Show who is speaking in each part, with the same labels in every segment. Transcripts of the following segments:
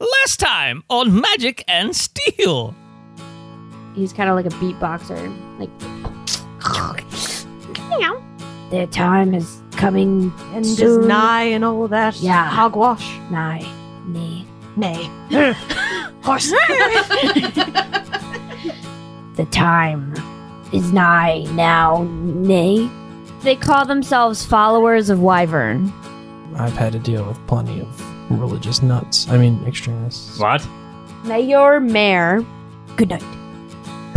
Speaker 1: Last time on Magic and Steel.
Speaker 2: He's kind of like a beatboxer. Like, meow. The time is coming
Speaker 3: and
Speaker 2: soon.
Speaker 3: just nigh and all that.
Speaker 2: Yeah.
Speaker 3: Hogwash.
Speaker 2: nigh, nay.
Speaker 3: Nay.
Speaker 2: Horse. the time is nigh now, nay. They call themselves followers of Wyvern.
Speaker 4: I've had to deal with plenty of religious nuts. I mean, extremists.
Speaker 1: What?
Speaker 2: Mayor Mayor. Good night.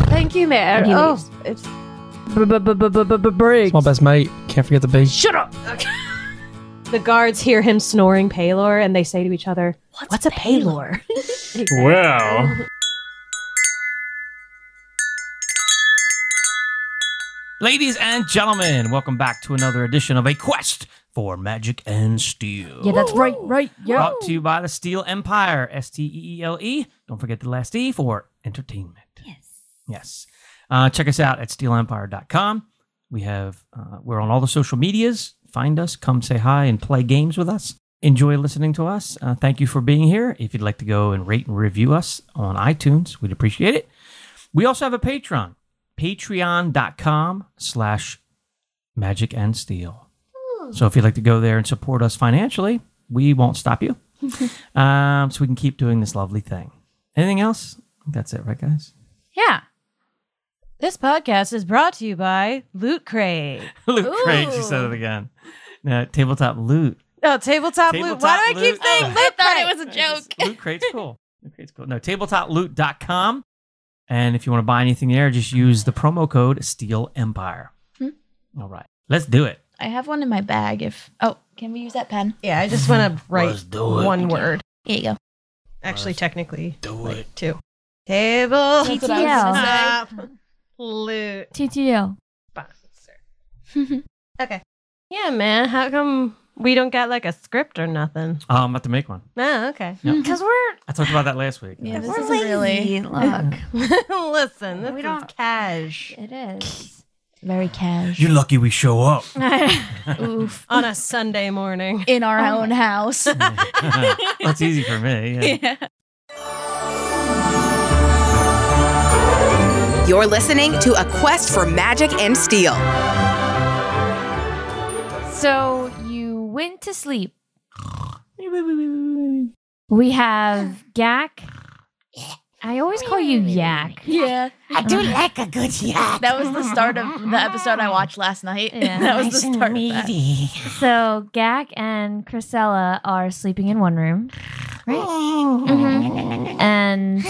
Speaker 3: Thank you, Mayor.
Speaker 2: And he
Speaker 3: Oh, it's
Speaker 2: leaves.
Speaker 4: It's my best mate. Can't forget the big.
Speaker 3: shut up. the guards hear him snoring Paylor, and they say to each other, "What's, a Paylor?"
Speaker 1: Well. Ladies and gentlemen, welcome back to another edition of A Quest for Magic and Steel.
Speaker 2: Yeah, that's right, right, yeah.
Speaker 1: Brought to you by the Steel Empire, S T E E L E. Don't forget the last E for entertainment.
Speaker 2: Yes.
Speaker 1: Yes. Uh, check us out at steelempire.com. We have uh, we're on all the social medias. Find us, come say hi, and play games with us. Enjoy listening to us. Uh, thank you for being here. If you'd like to go and rate and review us on iTunes, we'd appreciate it. We also have a Patreon, patreon.com slash magic and steel. So if you'd like to go there and support us financially, we won't stop you. um, so we can keep doing this lovely thing. Anything else? I think That's it, right, guys?
Speaker 5: Yeah.
Speaker 3: This podcast is brought to you by Loot Crate.
Speaker 1: loot crate. She said it
Speaker 5: Ooh.
Speaker 1: again. No, tabletop loot.
Speaker 3: Oh, tabletop, loot. Why do I keep saying
Speaker 5: I
Speaker 3: loot
Speaker 5: thought
Speaker 3: crate?
Speaker 5: it was a joke.
Speaker 1: Just- loot crate's cool. Loot crate's cool. No, tabletoploot.com. And if you want to buy anything there, just use the promo code Steel Empire.
Speaker 5: Hmm.
Speaker 1: All right, let's do it.
Speaker 5: I have one in my bag if Oh, can we use that pen?
Speaker 3: Yeah, I just want to write
Speaker 1: Let's do it.
Speaker 3: one word.
Speaker 5: Here you go.
Speaker 3: Actually, technically,
Speaker 1: Do
Speaker 3: like two. Table
Speaker 2: That's what I
Speaker 3: top loot
Speaker 2: TTL.
Speaker 3: sponsor. Okay. Yeah, man. How come we don't got like a script or nothing?
Speaker 1: Oh, I'm about to make one.
Speaker 3: Oh, okay.
Speaker 2: Because we're
Speaker 1: I talked about that last week.
Speaker 5: Yeah, this
Speaker 3: We're
Speaker 5: is really look.
Speaker 3: Listen, this
Speaker 2: We
Speaker 3: is
Speaker 2: don't-
Speaker 3: cash
Speaker 2: It is.
Speaker 5: Very cash.
Speaker 1: You're lucky we show up.
Speaker 5: Oof.
Speaker 3: on a Sunday morning.
Speaker 5: In our
Speaker 2: Oh
Speaker 5: own house.
Speaker 1: That's easy for me. yeah.
Speaker 5: Yeah.
Speaker 6: You're listening to A Quest for Magic and Steel.
Speaker 2: So you went to sleep. We have Gak. I always call you Yak.
Speaker 5: Yeah.
Speaker 7: I do like a good yak.
Speaker 5: That was the start of the episode I watched last night.
Speaker 2: Yeah.
Speaker 5: that was
Speaker 7: Nice
Speaker 5: the
Speaker 7: and
Speaker 5: start of that.
Speaker 7: meaty.
Speaker 2: So Gak and Chrisella are sleeping in one room, right?
Speaker 7: Oh.
Speaker 2: And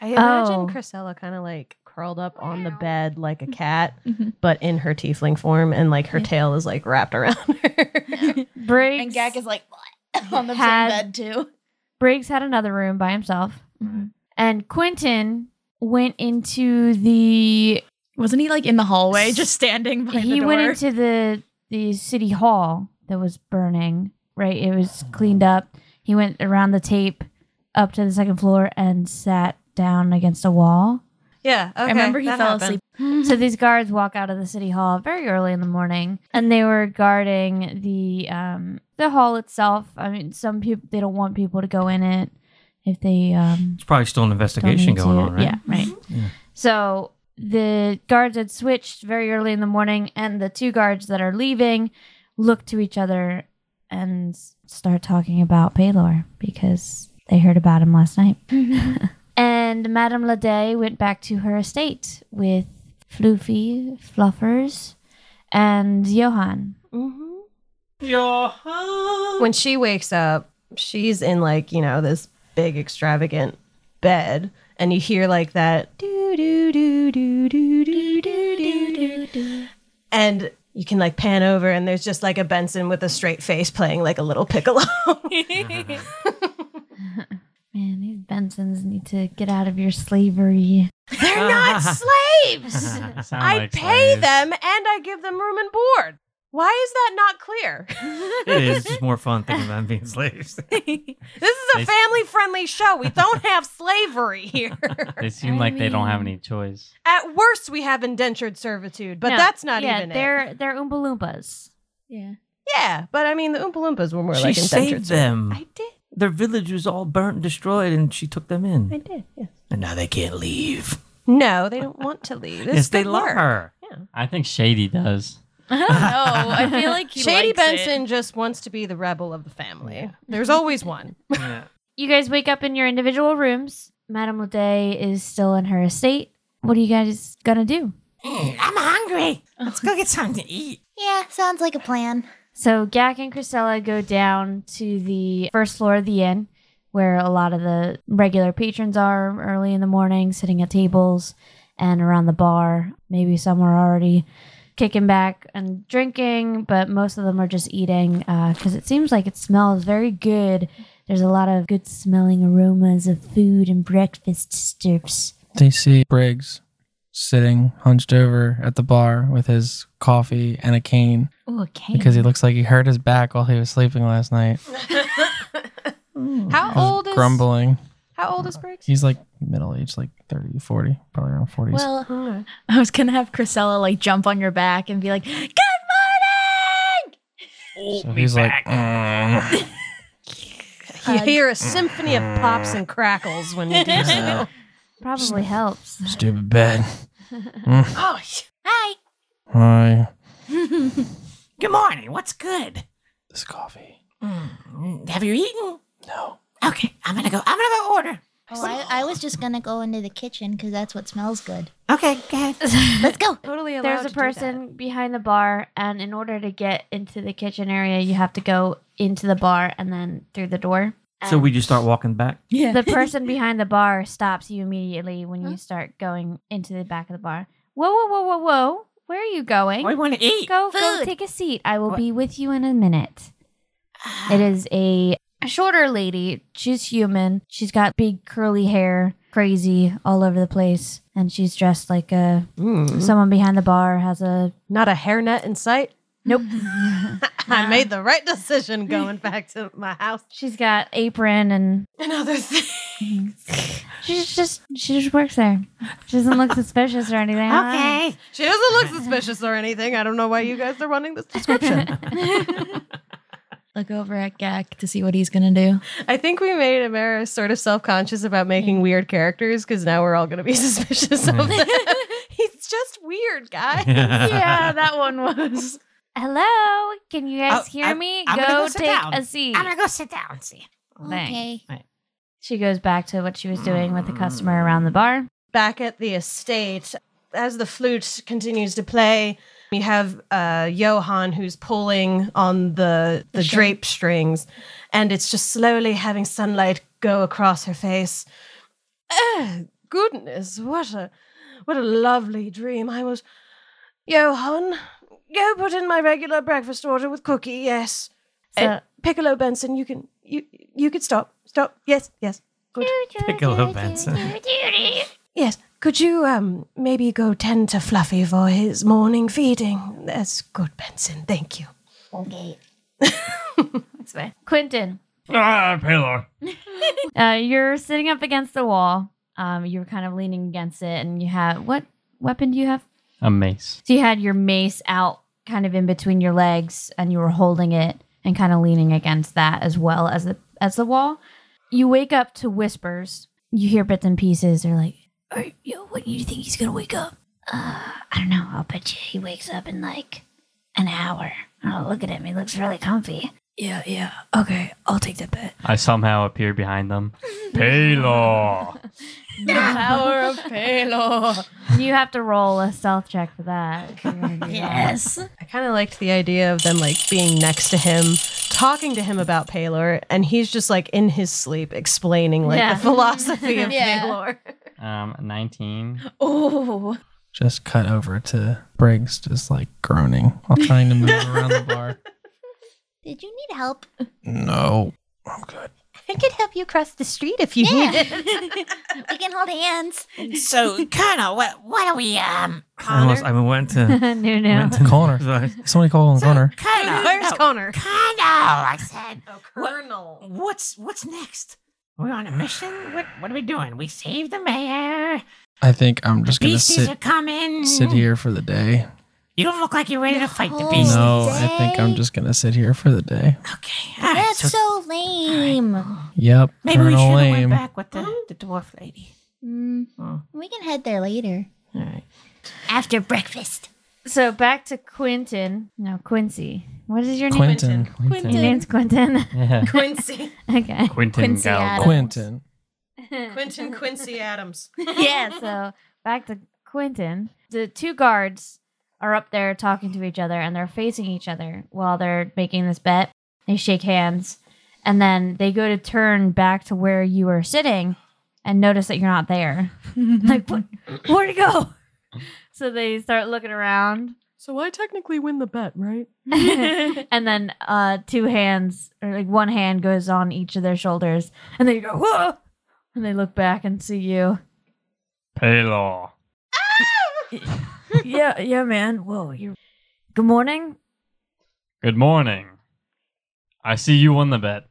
Speaker 3: I imagine
Speaker 2: Oh. Mm-hmm.
Speaker 3: Chrisella kind of like curled up on the bed like a
Speaker 5: Mhm.
Speaker 3: cat,
Speaker 5: Mhm.
Speaker 3: but in her tiefling form, and like her
Speaker 5: Yeah.
Speaker 3: tail is like wrapped around her.
Speaker 2: Briggs
Speaker 5: And Gak is like on the
Speaker 2: Had-
Speaker 5: same bed too.
Speaker 2: Briggs had another room by himself, and Quentin went into the
Speaker 5: Wasn't he like in the hallway just standing by the
Speaker 2: he
Speaker 5: door?
Speaker 2: went into the the city hall that was burning right it was cleaned up he went around the tape up to the second floor and sat down against a wall
Speaker 3: yeah, okay.
Speaker 5: I remember he
Speaker 3: that
Speaker 5: fell
Speaker 3: happened.
Speaker 5: asleep.
Speaker 2: so these guards walk out of the city hall very early in the morning and they were guarding the um the hall itself i mean some people they don't want people to go in it if they um
Speaker 1: It's probably still an
Speaker 2: don't
Speaker 1: investigation
Speaker 2: need
Speaker 1: going
Speaker 2: to-
Speaker 1: on, right?
Speaker 2: Yeah, right.
Speaker 1: Yeah.
Speaker 2: So the guards had switched very early in the morning, and the two guards that are leaving look to each other and start talking about Paylor because they heard about him last night. Mm-hmm. and Madame Lede went back to her estate with Floofy, Fluffers, and Johan.
Speaker 3: Mhm.
Speaker 1: Your home.
Speaker 3: when she wakes up, she's in like, you know, this big extravagant bed and you hear like that do do do do do do do do do and you can like pan over and there's just like a Benson with a straight face playing like a little piccolo.
Speaker 2: Man, these Bensons need to get out of your slavery.
Speaker 3: They're not slaves. I pay them and I give them room and board. Why is that not clear?
Speaker 1: It is just more fun thinking about being slaves.
Speaker 3: This is
Speaker 8: They-
Speaker 3: a family friendly show. We don't have slavery here.
Speaker 8: They seem like they don't have any choice.
Speaker 3: At worst, we have indentured servitude, but
Speaker 2: No,
Speaker 3: that's not
Speaker 2: yeah,
Speaker 3: even it.
Speaker 2: they're they're Oompa Loompas.
Speaker 5: Yeah.
Speaker 3: Yeah, but I mean, the Oompa Loompas were more
Speaker 1: she
Speaker 3: like indentured.
Speaker 1: saved them.
Speaker 3: servants. I did.
Speaker 1: Their village was all burnt and destroyed, and she took them in.
Speaker 3: I did. Yes.
Speaker 1: And now they can't leave.
Speaker 3: No, they don't want to leave. This
Speaker 1: yes, they
Speaker 3: could
Speaker 1: love
Speaker 3: work.
Speaker 1: her.
Speaker 8: I think Shady does.
Speaker 5: I don't know. I feel like he
Speaker 3: Shady
Speaker 5: likes it.
Speaker 3: Benson just wants to be the rebel of the family. There's always one.
Speaker 2: You guys wake up in your individual rooms. Madame Lede is still in her estate. What are you guys gonna do?
Speaker 7: Mm, I'm hungry.
Speaker 6: Let's go get something to eat.
Speaker 7: Yeah, sounds like a plan.
Speaker 2: So Gak and Chrisella go down to the first floor of the inn, where a lot of the regular patrons are early in the morning, sitting at tables and around the bar. Maybe some are already kicking back and drinking, but most of them are just eating because it seems like it smells very good. There's a lot of good smelling aromas of food and breakfast stirs.
Speaker 4: They see Briggs sitting hunched over at the bar with his coffee and a cane
Speaker 2: Ooh, okay.
Speaker 4: because he looks like he hurt his back while he was sleeping last night.
Speaker 3: How
Speaker 4: He's
Speaker 3: old is
Speaker 4: grumbling.
Speaker 3: How old is Briggs?
Speaker 4: He's like middle aged, like 30, 40, probably around 40s.
Speaker 5: Well, I was gonna have Chrisella like jump on your back and be like, "Good morning."
Speaker 4: so he's like, "Mm."
Speaker 3: You
Speaker 5: Uh,
Speaker 3: hear a symphony of pops and crackles when you do so.
Speaker 2: Probably helps.
Speaker 4: Stupid bed. Mm.
Speaker 3: oh,
Speaker 7: Hi.
Speaker 4: Hi.
Speaker 6: Good morning. What's good?
Speaker 4: This coffee.
Speaker 6: Mm, have you eaten?
Speaker 4: No.
Speaker 6: Okay, I'm gonna go. I'm gonna go order.
Speaker 7: Oh, I, I was just gonna go into the kitchen because that's what smells good.
Speaker 6: Okay, go ahead.
Speaker 7: Let's go.
Speaker 3: totally. allowed
Speaker 2: There's
Speaker 3: to
Speaker 2: a
Speaker 3: do that.
Speaker 2: person behind the bar, and in order to get into the kitchen area, you have to go into the bar and then through the door.
Speaker 1: So we just start walking back.
Speaker 5: Yeah.
Speaker 2: The person behind the bar stops you immediately when you start going into the back of the bar. Whoa, whoa, whoa, whoa, whoa! Where are you going?
Speaker 6: We want to eat.
Speaker 2: Go, go,
Speaker 7: Food.
Speaker 2: take a seat. I will be with you in a minute. It is a shorter lady. She's human. She's got big curly hair, crazy all over the place, and she's dressed like a
Speaker 3: Mm.
Speaker 2: someone behind the bar has a
Speaker 3: Not a hairnet in sight.
Speaker 2: Nope.
Speaker 3: I made the right decision going back to my house.
Speaker 2: She's got apron and
Speaker 3: And other things.
Speaker 2: she's just she just works there. She doesn't look suspicious or anything.
Speaker 7: Okay.
Speaker 3: She doesn't look suspicious or anything. I don't know why you guys are running this description.
Speaker 5: Look over at Gak to see what he's gonna do.
Speaker 3: I think we made Amara sort of self conscious about making weird characters because now we're all going to be suspicious of them. He's just weird, guy.
Speaker 5: yeah, that one was.
Speaker 2: Hello. Can you guys
Speaker 6: Oh,
Speaker 2: hear
Speaker 6: I-
Speaker 2: me?
Speaker 6: I'm
Speaker 2: go,
Speaker 6: gonna go sit
Speaker 2: take
Speaker 6: down.
Speaker 2: a seat.
Speaker 7: I'm gonna go sit down and see.
Speaker 2: Thanks.
Speaker 7: Okay.
Speaker 2: She goes back to what she was doing with the customer around the bar.
Speaker 3: back at the estate, as the flute continues to play, we have uh, Johan who's pulling on the the drape strings, and it's just slowly having sunlight go across her face. Eh, goodness, what a what a lovely dream! I was, Johan, go put in my regular breakfast order with cookie. Yes,
Speaker 2: So
Speaker 3: Piccolo Benson, you can you you could stop stop. Yes, yes, good.
Speaker 1: Piccolo Benson.
Speaker 3: Yes. Could you um maybe go tend to Fluffy for his morning feeding? That's good, Benson. Thank you.
Speaker 7: Okay.
Speaker 2: Quentin,
Speaker 8: Ah, Paylor.
Speaker 2: uh, you're sitting up against the wall. Um, you're kind of leaning against it, and you have what weapon do you have?
Speaker 8: A mace.
Speaker 2: So you had your mace out kind of in between your legs and you were holding it and kind of leaning against that as well as the as the wall. You wake up to whispers. You hear bits and pieces. They're like,
Speaker 7: Or, yo, what do you think he's gonna wake up? Uh, I don't know. I'll bet you he wakes up in like an hour. Oh, look at him. He looks really comfy. Yeah, yeah. Okay, I'll take that bet.
Speaker 8: I somehow appear behind them. Paylor.
Speaker 5: The power of Paylor.
Speaker 2: you have to roll a stealth check for that. if you're gonna do that.
Speaker 7: Yes.
Speaker 3: I kind of liked the idea of them like being next to him, talking to him about Paylor, and he's just like in his sleep explaining like
Speaker 2: Yeah.
Speaker 3: the philosophy of
Speaker 5: Yeah.
Speaker 3: Paylor.
Speaker 8: Um, 19.
Speaker 5: Oh,
Speaker 4: Just cut over to Briggs, just like groaning while trying to move around the bar.
Speaker 7: Did you need help?
Speaker 4: No. I'm good.
Speaker 3: I could help you cross the street if you
Speaker 7: Yeah.
Speaker 3: need it.
Speaker 7: we can hold hands.
Speaker 6: So, Colonel, what what are we um?
Speaker 1: I, almost, I went to.
Speaker 2: no, no.
Speaker 1: went to
Speaker 4: Corner. Somebody call in the corner.
Speaker 6: Colonel,
Speaker 3: Where's
Speaker 6: no,
Speaker 3: Connor?
Speaker 6: Colonel, I said.
Speaker 5: Oh,
Speaker 3: Colonel.
Speaker 6: What's what's next? We're on a mission. What what are we doing? We saved the mayor.
Speaker 4: I think I'm just gonna
Speaker 6: Beasties
Speaker 4: sit
Speaker 6: are coming.
Speaker 4: sit here for the day.
Speaker 1: You don't look like you're ready to fight the
Speaker 5: No.
Speaker 1: beast.
Speaker 4: No, I think I'm just gonna sit here for the day.
Speaker 1: Okay. All right.
Speaker 5: That's
Speaker 1: So
Speaker 5: so lame.
Speaker 4: Yep.
Speaker 1: maybe we should have
Speaker 4: Colonel Lame.
Speaker 1: went back with the, the dwarf lady.
Speaker 5: Mm, We can head there later.
Speaker 3: All right.
Speaker 5: After breakfast.
Speaker 2: So back to Quentin. No, Quincy. What is your name?
Speaker 4: Quentin.
Speaker 5: Quentin.
Speaker 2: Your name's Quentin.
Speaker 8: Yeah.
Speaker 3: Quincy.
Speaker 2: okay.
Speaker 8: Quentin
Speaker 5: Quincy
Speaker 8: Gal.
Speaker 5: Adams.
Speaker 4: Quentin.
Speaker 3: Quentin Quincy Adams.
Speaker 2: yeah, so back to Quentin. The two guards are up there talking to each other and they're facing each other while they're making this bet. They shake hands and then they go to turn back to where you are sitting and notice that you're not there. like, what? Where'd it go? So they start looking around
Speaker 9: So I technically win the bet, right?
Speaker 2: and then uh, two hands or like one hand goes on each of their shoulders and they go, whoa! And they look back and see you.
Speaker 8: Paylaw.
Speaker 2: yeah, yeah, man. Whoa, you're. Good morning.
Speaker 8: Good morning. I see you won the bet.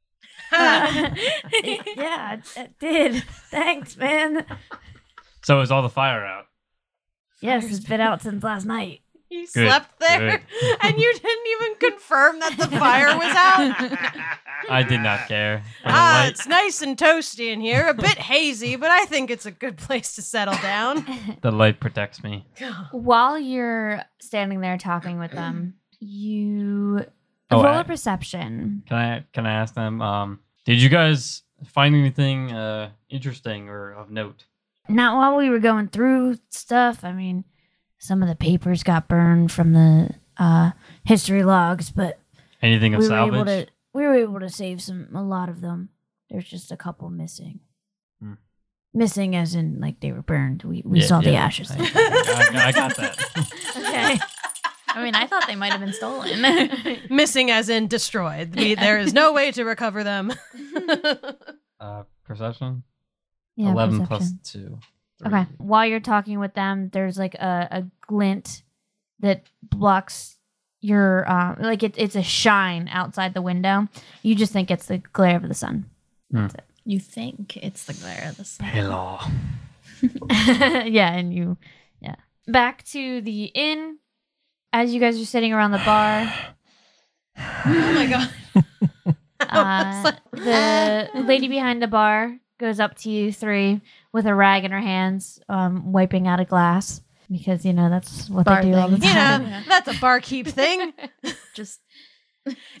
Speaker 2: yeah, it, it did. Thanks, man.
Speaker 8: So is all the fire out?
Speaker 2: Yes, it's been out since last night.
Speaker 3: You
Speaker 8: Good,
Speaker 3: slept there,
Speaker 8: good.
Speaker 3: and you didn't even confirm that the fire was out.
Speaker 8: I did not care. For the
Speaker 3: ah,
Speaker 8: light,
Speaker 3: it's nice and toasty in here, a bit hazy, but I think it's a good place to settle down.
Speaker 8: the light protects me.
Speaker 2: While you're standing there talking with them, you
Speaker 8: Oh,
Speaker 2: roll
Speaker 8: I-
Speaker 2: a perception.
Speaker 8: Can I can I ask them? Um, did you guys find anything uh, interesting or of note?
Speaker 2: Not while we were going through stuff. I mean, some of the papers got burned from the uh, history logs, but
Speaker 8: Anything of
Speaker 2: we were able
Speaker 8: salvage?
Speaker 2: to we were able to save some a lot of them. There's just a couple missing.
Speaker 8: Hmm.
Speaker 2: Missing as in like they were burned. We we
Speaker 8: Yeah,
Speaker 2: saw the
Speaker 8: yeah.
Speaker 2: ashes.
Speaker 8: I, I- I got that.
Speaker 2: okay.
Speaker 5: I mean, I thought they might have been stolen.
Speaker 3: Missing as in destroyed. We- there is no way to recover them. Oh
Speaker 8: Uh, perception.
Speaker 2: Yeah,
Speaker 8: Eleven plus
Speaker 2: perception.
Speaker 8: two.
Speaker 2: Okay.
Speaker 8: three.
Speaker 2: While you're talking with them, there's like a, a glint that blocks your uh, like it, it's a shine outside the window. You just think it's the glare of the sun.
Speaker 5: you think it's the glare of the sun.
Speaker 8: Hello.
Speaker 2: yeah, and you yeah. Back to the inn. As you guys are sitting around the bar,
Speaker 3: oh my god.
Speaker 2: uh, the lady behind the bar goes up to you three with a rag in her hands, um, wiping out a glass because you know that's what
Speaker 5: Bar
Speaker 2: they do all the
Speaker 5: thing.
Speaker 2: time.
Speaker 3: You know,
Speaker 5: Yeah.
Speaker 3: that's a barkeep thing.
Speaker 5: Just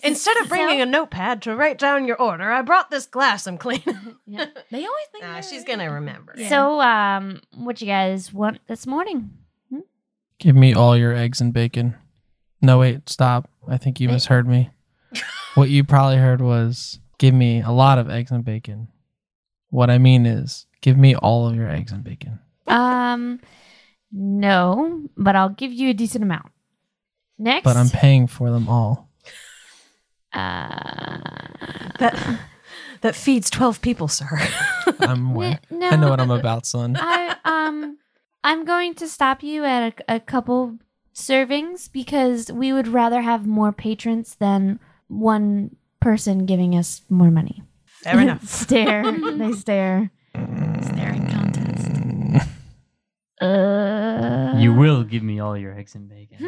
Speaker 3: Instead of bringing a notepad to write down your order, I brought this glass I'm cleaning.
Speaker 5: they always think.
Speaker 3: nah,
Speaker 5: they're-
Speaker 3: she's gonna remember.
Speaker 5: Yeah.
Speaker 2: So, um, what you guys want this morning?
Speaker 4: Give me all your eggs and bacon. No, wait, stop. I think you misheard me. what you probably heard was give me a lot of eggs and bacon. What I mean is give me all of your eggs and bacon.
Speaker 2: Um, no, but I'll give you a decent amount. Next,
Speaker 4: But I'm paying for them all.
Speaker 2: uh,
Speaker 3: That that feeds twelve people, sir.
Speaker 4: I'm aware.
Speaker 2: n- no,
Speaker 4: I know what I'm about, son.
Speaker 2: I um, I'm going to stop you at a, a couple servings because we would rather have more patrons than one person giving us more money.
Speaker 3: Fair enough.
Speaker 2: stare. They stare.
Speaker 5: Staring contest.
Speaker 2: Uh,
Speaker 8: You will give me all your eggs and bacon.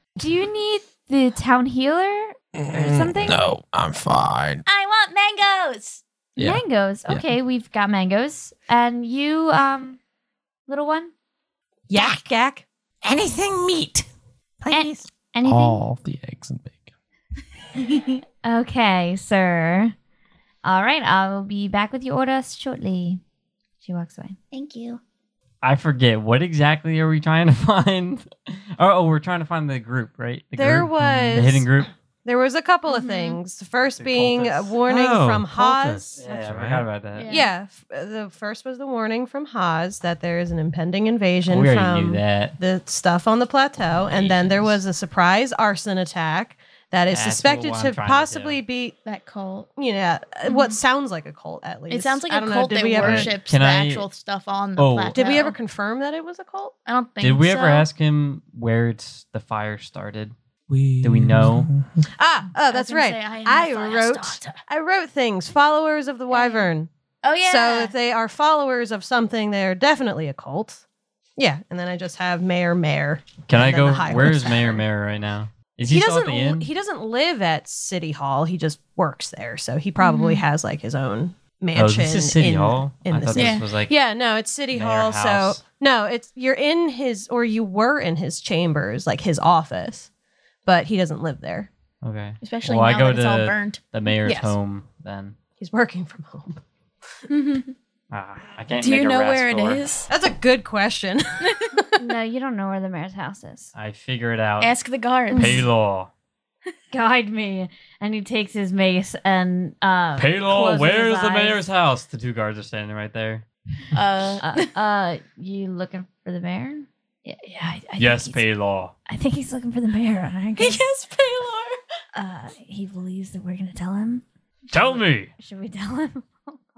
Speaker 2: Do you need the town healer or something?
Speaker 4: No, I'm fine.
Speaker 5: I want mangoes.
Speaker 4: Yeah.
Speaker 2: Mangoes.
Speaker 4: Yeah.
Speaker 2: Okay, we've got mangoes. And you, um, little one,
Speaker 3: Yak yak.
Speaker 6: Anything meat.
Speaker 2: Please.
Speaker 3: Eh.
Speaker 2: anything?
Speaker 4: All the eggs and bacon.
Speaker 2: Okay, sir. All right, I'll be back with your order shortly. She walks away.
Speaker 5: Thank you.
Speaker 8: I forget what exactly are we trying to find? Oh, oh, we're trying to find the group, right? The
Speaker 3: There
Speaker 8: group?
Speaker 3: was-
Speaker 8: the hidden group.
Speaker 3: There was a couple of
Speaker 5: Mhm.
Speaker 3: things. The first
Speaker 8: The
Speaker 3: being a
Speaker 8: cultists.
Speaker 3: warning
Speaker 1: Oh,
Speaker 3: from Haas.
Speaker 1: cultists.
Speaker 8: Yeah,
Speaker 1: That's
Speaker 8: I
Speaker 1: right.
Speaker 8: forgot about that.
Speaker 3: Yeah, f- uh, the first was the warning from Haas that there is an impending invasion
Speaker 8: We already
Speaker 3: from
Speaker 8: knew that.
Speaker 3: the stuff on the plateau, and then there was
Speaker 8: Invasions.
Speaker 3: a surprise arson attack that is
Speaker 8: That's what-
Speaker 3: suspected
Speaker 8: what I'm
Speaker 3: to
Speaker 8: trying to
Speaker 3: possibly be,
Speaker 5: That cult.
Speaker 3: you know, uh what sounds like a cult at least.
Speaker 5: It sounds like
Speaker 3: I
Speaker 5: a
Speaker 3: don't know,
Speaker 5: cult
Speaker 3: Did
Speaker 5: that
Speaker 3: we ever?
Speaker 8: worship-
Speaker 5: worships
Speaker 8: Can
Speaker 5: the
Speaker 8: I-
Speaker 5: actual stuff on the
Speaker 8: Oh.
Speaker 5: plateau.
Speaker 3: Did we ever confirm that it was a cult?
Speaker 5: I don't think.
Speaker 8: Did we ever
Speaker 5: so.
Speaker 8: ask him where it's the fire started?
Speaker 1: We
Speaker 8: Do we know?
Speaker 3: Ah, oh,
Speaker 5: was
Speaker 3: that's
Speaker 5: gonna
Speaker 3: right.
Speaker 5: say, I am
Speaker 3: I,
Speaker 5: the fire
Speaker 3: wrote,
Speaker 5: starter.
Speaker 3: I wrote things. Followers of the Wyvern.
Speaker 5: Oh yeah.
Speaker 3: So if they are followers of something, they are definitely a cult. Yeah, and then I just have mayor, mayor.
Speaker 8: Can I
Speaker 3: And then
Speaker 8: go?
Speaker 3: the high
Speaker 8: Where is
Speaker 3: horse.
Speaker 8: Mayor Mayor right now? Is he, still at
Speaker 3: doesn't.
Speaker 8: the
Speaker 3: l-
Speaker 8: inn?
Speaker 3: He doesn't live at City Hall. He just works there, so he probably has like his own mansion.
Speaker 8: oh, this is City
Speaker 3: in,
Speaker 8: Hall.
Speaker 3: In
Speaker 8: I
Speaker 3: the
Speaker 8: thought
Speaker 3: city.
Speaker 8: this
Speaker 5: Yeah.
Speaker 8: was like
Speaker 3: Yeah, no, it's City
Speaker 8: Mayor
Speaker 3: Hall.
Speaker 8: House.
Speaker 3: So no, it's you're in his or you were in his chambers, like his office, but he doesn't live there.
Speaker 8: okay.
Speaker 5: Especially
Speaker 8: Well, I
Speaker 5: now
Speaker 8: go
Speaker 5: that it's all
Speaker 8: to-
Speaker 5: burned.
Speaker 8: The mayor's
Speaker 5: Yes.
Speaker 8: home then.
Speaker 3: He's working from home.
Speaker 8: Ah, I can't.
Speaker 5: Do you
Speaker 8: make a
Speaker 5: know
Speaker 8: rat's
Speaker 5: where it
Speaker 8: door.
Speaker 5: is?
Speaker 3: That's a good question.
Speaker 2: no, you don't know where the mayor's house is.
Speaker 8: I figure it out.
Speaker 5: Ask the guards.
Speaker 8: Paylor.
Speaker 2: Guide me. And he takes his mace and uh
Speaker 8: Paylor,
Speaker 2: closes
Speaker 8: where's
Speaker 2: his
Speaker 8: the
Speaker 2: eyes.
Speaker 8: mayor's house? The two guards are standing right there.
Speaker 5: Uh,
Speaker 2: Uh, uh you looking for the mayor?
Speaker 7: Yeah, yeah I, I
Speaker 8: yes,
Speaker 7: think he's-
Speaker 8: Paylor.
Speaker 7: I think he's looking for the mayor. and I guess,
Speaker 5: yes, Paylor.
Speaker 7: uh, he believes that we're gonna tell him.
Speaker 8: Tell me,
Speaker 2: Should we tell him?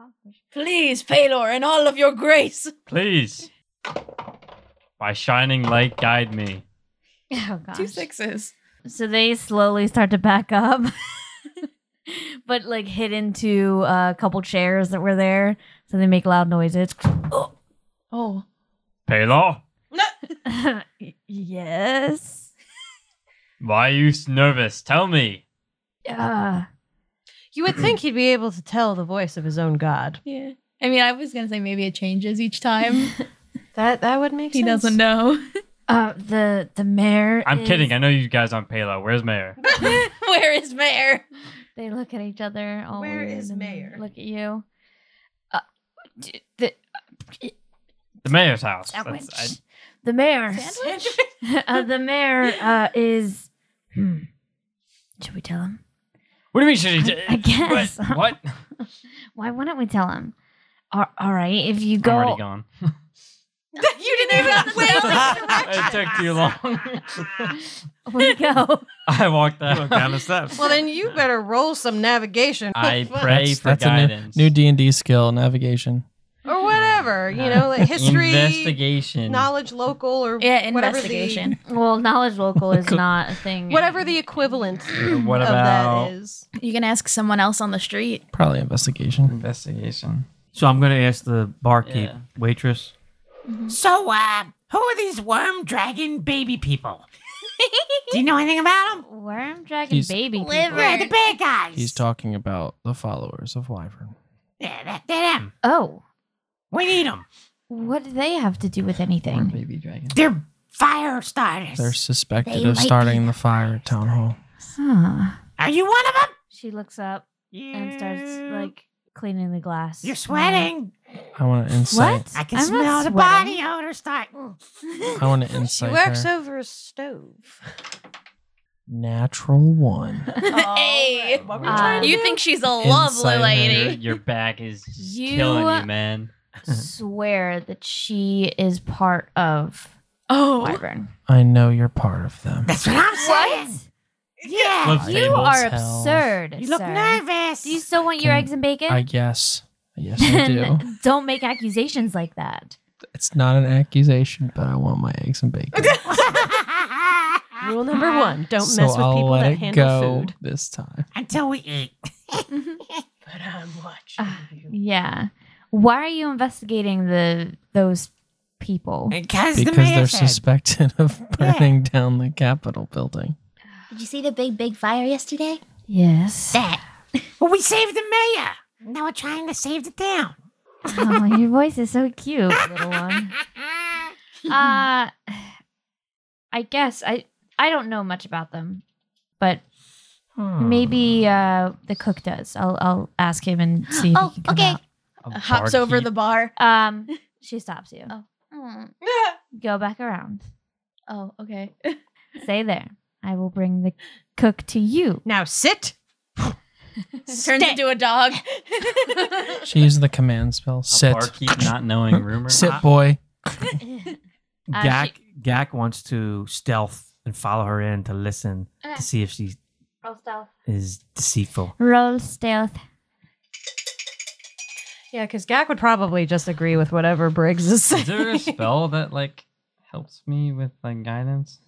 Speaker 2: Oh, gosh.
Speaker 5: Please, Paylor, in all of your grace.
Speaker 8: please. By shining light, guide me.
Speaker 2: Oh, gosh.
Speaker 5: Two sixes.
Speaker 2: So they slowly start to back up, but like hit into uh, a couple chairs that were there. So they make loud noises.
Speaker 5: Oh.
Speaker 8: Paylor,
Speaker 2: yes.
Speaker 8: why are you s- nervous? Tell me.
Speaker 2: Uh,
Speaker 3: you would think he'd be able to tell the voice of his own god.
Speaker 5: Yeah. I mean, I was going to say maybe it changes each time.
Speaker 3: That that would make
Speaker 5: he
Speaker 3: sense.
Speaker 5: doesn't know.
Speaker 2: uh, the the mayor.
Speaker 8: I'm
Speaker 2: is-
Speaker 8: kidding. I know you guys aren't Paylor. Where's Mayor?
Speaker 5: Where is Mayor?
Speaker 2: They look at each other. All
Speaker 3: Where
Speaker 2: weird
Speaker 3: is
Speaker 2: and
Speaker 3: mayor?
Speaker 2: Look at you. Uh, d- the
Speaker 8: The Mayor's house.
Speaker 7: Sandwich.
Speaker 8: That's-
Speaker 2: the mayor.
Speaker 5: Sandwich?
Speaker 2: uh, the mayor uh, is.
Speaker 7: Hmm. Should we tell him?
Speaker 8: I- what do you mean? Should he?
Speaker 2: I- I guess.
Speaker 8: What? what?
Speaker 2: Why wouldn't we tell him? All, all right, if you
Speaker 8: I'm
Speaker 2: go.
Speaker 8: already gone.
Speaker 3: you didn't even
Speaker 8: it took too long.
Speaker 2: We go.
Speaker 8: I walked
Speaker 1: Look
Speaker 8: out.
Speaker 1: down the steps.
Speaker 3: Well, then you better roll some navigation.
Speaker 8: I
Speaker 3: Fuck.
Speaker 8: pray
Speaker 4: That's-
Speaker 8: for
Speaker 4: that's a new-
Speaker 8: guidance.
Speaker 4: New D and D skill navigation.
Speaker 3: or whatever, you know, like history,
Speaker 8: investigation.
Speaker 3: knowledge, local, or
Speaker 5: Yeah,
Speaker 3: whatever the-
Speaker 5: investigation.
Speaker 2: Well, knowledge local is not a thing.
Speaker 3: whatever the equivalent
Speaker 8: What
Speaker 3: of
Speaker 8: about
Speaker 3: that is.
Speaker 5: You can ask someone else on the street.
Speaker 4: Probably investigation.
Speaker 8: investigation?
Speaker 1: So I'm going to ask the barkeep,
Speaker 8: Yeah.
Speaker 1: waitress.
Speaker 5: Mm-hmm.
Speaker 1: So, uh, who are these worm dragon baby people? Do you know anything about them?
Speaker 2: worm dragon
Speaker 4: He's-
Speaker 2: baby people.
Speaker 5: Yeah, the
Speaker 1: bad guys.
Speaker 4: He's talking about the followers of Wyvern.
Speaker 1: Yeah, that, they're them.
Speaker 2: Oh,
Speaker 1: We need them.
Speaker 2: what do they have to do with anything?
Speaker 8: Baby dragon.
Speaker 1: They're fire starters.
Speaker 4: They're suspected
Speaker 7: They
Speaker 4: of
Speaker 7: like
Speaker 4: starting
Speaker 7: being
Speaker 4: the fire at town hall.
Speaker 2: Huh.
Speaker 1: Are you one of them?
Speaker 2: She looks up and starts like cleaning the glass.
Speaker 1: You're sweating.
Speaker 4: I want to insight.
Speaker 2: What?
Speaker 1: I can
Speaker 2: I'm
Speaker 1: smell
Speaker 2: not
Speaker 1: the
Speaker 2: sweating.
Speaker 1: body odor starting.
Speaker 4: I want to
Speaker 3: She
Speaker 4: insight.
Speaker 3: works
Speaker 4: her.
Speaker 3: over a stove.
Speaker 4: Natural one.
Speaker 5: hey. Uh,
Speaker 3: What were
Speaker 2: you trying to
Speaker 5: you think she's a lovely
Speaker 4: Insider.
Speaker 8: Your,
Speaker 5: lady.
Speaker 8: your back is just
Speaker 2: You-
Speaker 8: killing you, man.
Speaker 2: Swear that she is part of
Speaker 5: Oh.
Speaker 2: Wyvern.
Speaker 4: I know you're part of them.
Speaker 1: That's what I'm saying. Yeah.
Speaker 8: Love
Speaker 2: You
Speaker 4: Fables,
Speaker 2: are
Speaker 4: hell.
Speaker 2: absurd.
Speaker 1: you look
Speaker 2: sir.
Speaker 1: nervous.
Speaker 2: Do you still want your
Speaker 4: Can
Speaker 2: eggs and bacon?
Speaker 4: I guess. Yes, I do.
Speaker 2: Then don't make accusations like that.
Speaker 4: It's not an accusation, but I want my eggs and bacon.
Speaker 1: Ah.
Speaker 3: Rule number one: don't
Speaker 4: so
Speaker 3: mess with
Speaker 4: I'll
Speaker 3: people
Speaker 4: let
Speaker 3: that
Speaker 4: it
Speaker 3: handle
Speaker 4: go
Speaker 3: food.
Speaker 4: this time.
Speaker 1: Until we eat.
Speaker 3: But I'm watching you.
Speaker 2: Yeah. Why are you investigating the those people?
Speaker 1: Because, the
Speaker 4: because
Speaker 1: mayor
Speaker 4: they're
Speaker 1: said.
Speaker 4: suspected of burning down the Capitol building.
Speaker 7: Did you see the big, big fire yesterday?
Speaker 2: Yes.
Speaker 7: That.
Speaker 1: well, we saved the mayor. Now we're trying to save the town.
Speaker 2: oh, your voice is so cute, little one. Uh I guess I I don't know much about them, but
Speaker 1: Hmm.
Speaker 2: maybe uh the cook does. I'll I'll ask him and see if
Speaker 7: Oh,
Speaker 2: he can come
Speaker 7: okay.
Speaker 2: out.
Speaker 8: A
Speaker 5: Hops over the
Speaker 8: barkeep.
Speaker 5: bar.
Speaker 2: Um she stops you.
Speaker 5: Oh.
Speaker 2: Go back around.
Speaker 5: Oh, okay.
Speaker 2: Stay there. I will bring the cook to you.
Speaker 3: Now sit.
Speaker 5: Turns into a dog.
Speaker 4: She used the command spell.
Speaker 8: A
Speaker 4: Sit.
Speaker 8: barkeep not knowing Ah, rumor.
Speaker 4: Sit, boy.
Speaker 2: Uh,
Speaker 1: Gak Gak wants to stealth and follow her in to listen
Speaker 2: Okay.
Speaker 1: to see if she
Speaker 2: Roll stealth.
Speaker 1: is deceitful.
Speaker 2: Roll stealth.
Speaker 3: Yeah, because Gak would probably just agree with whatever Briggs is saying.
Speaker 8: Is there a spell that like helps me with like guidance?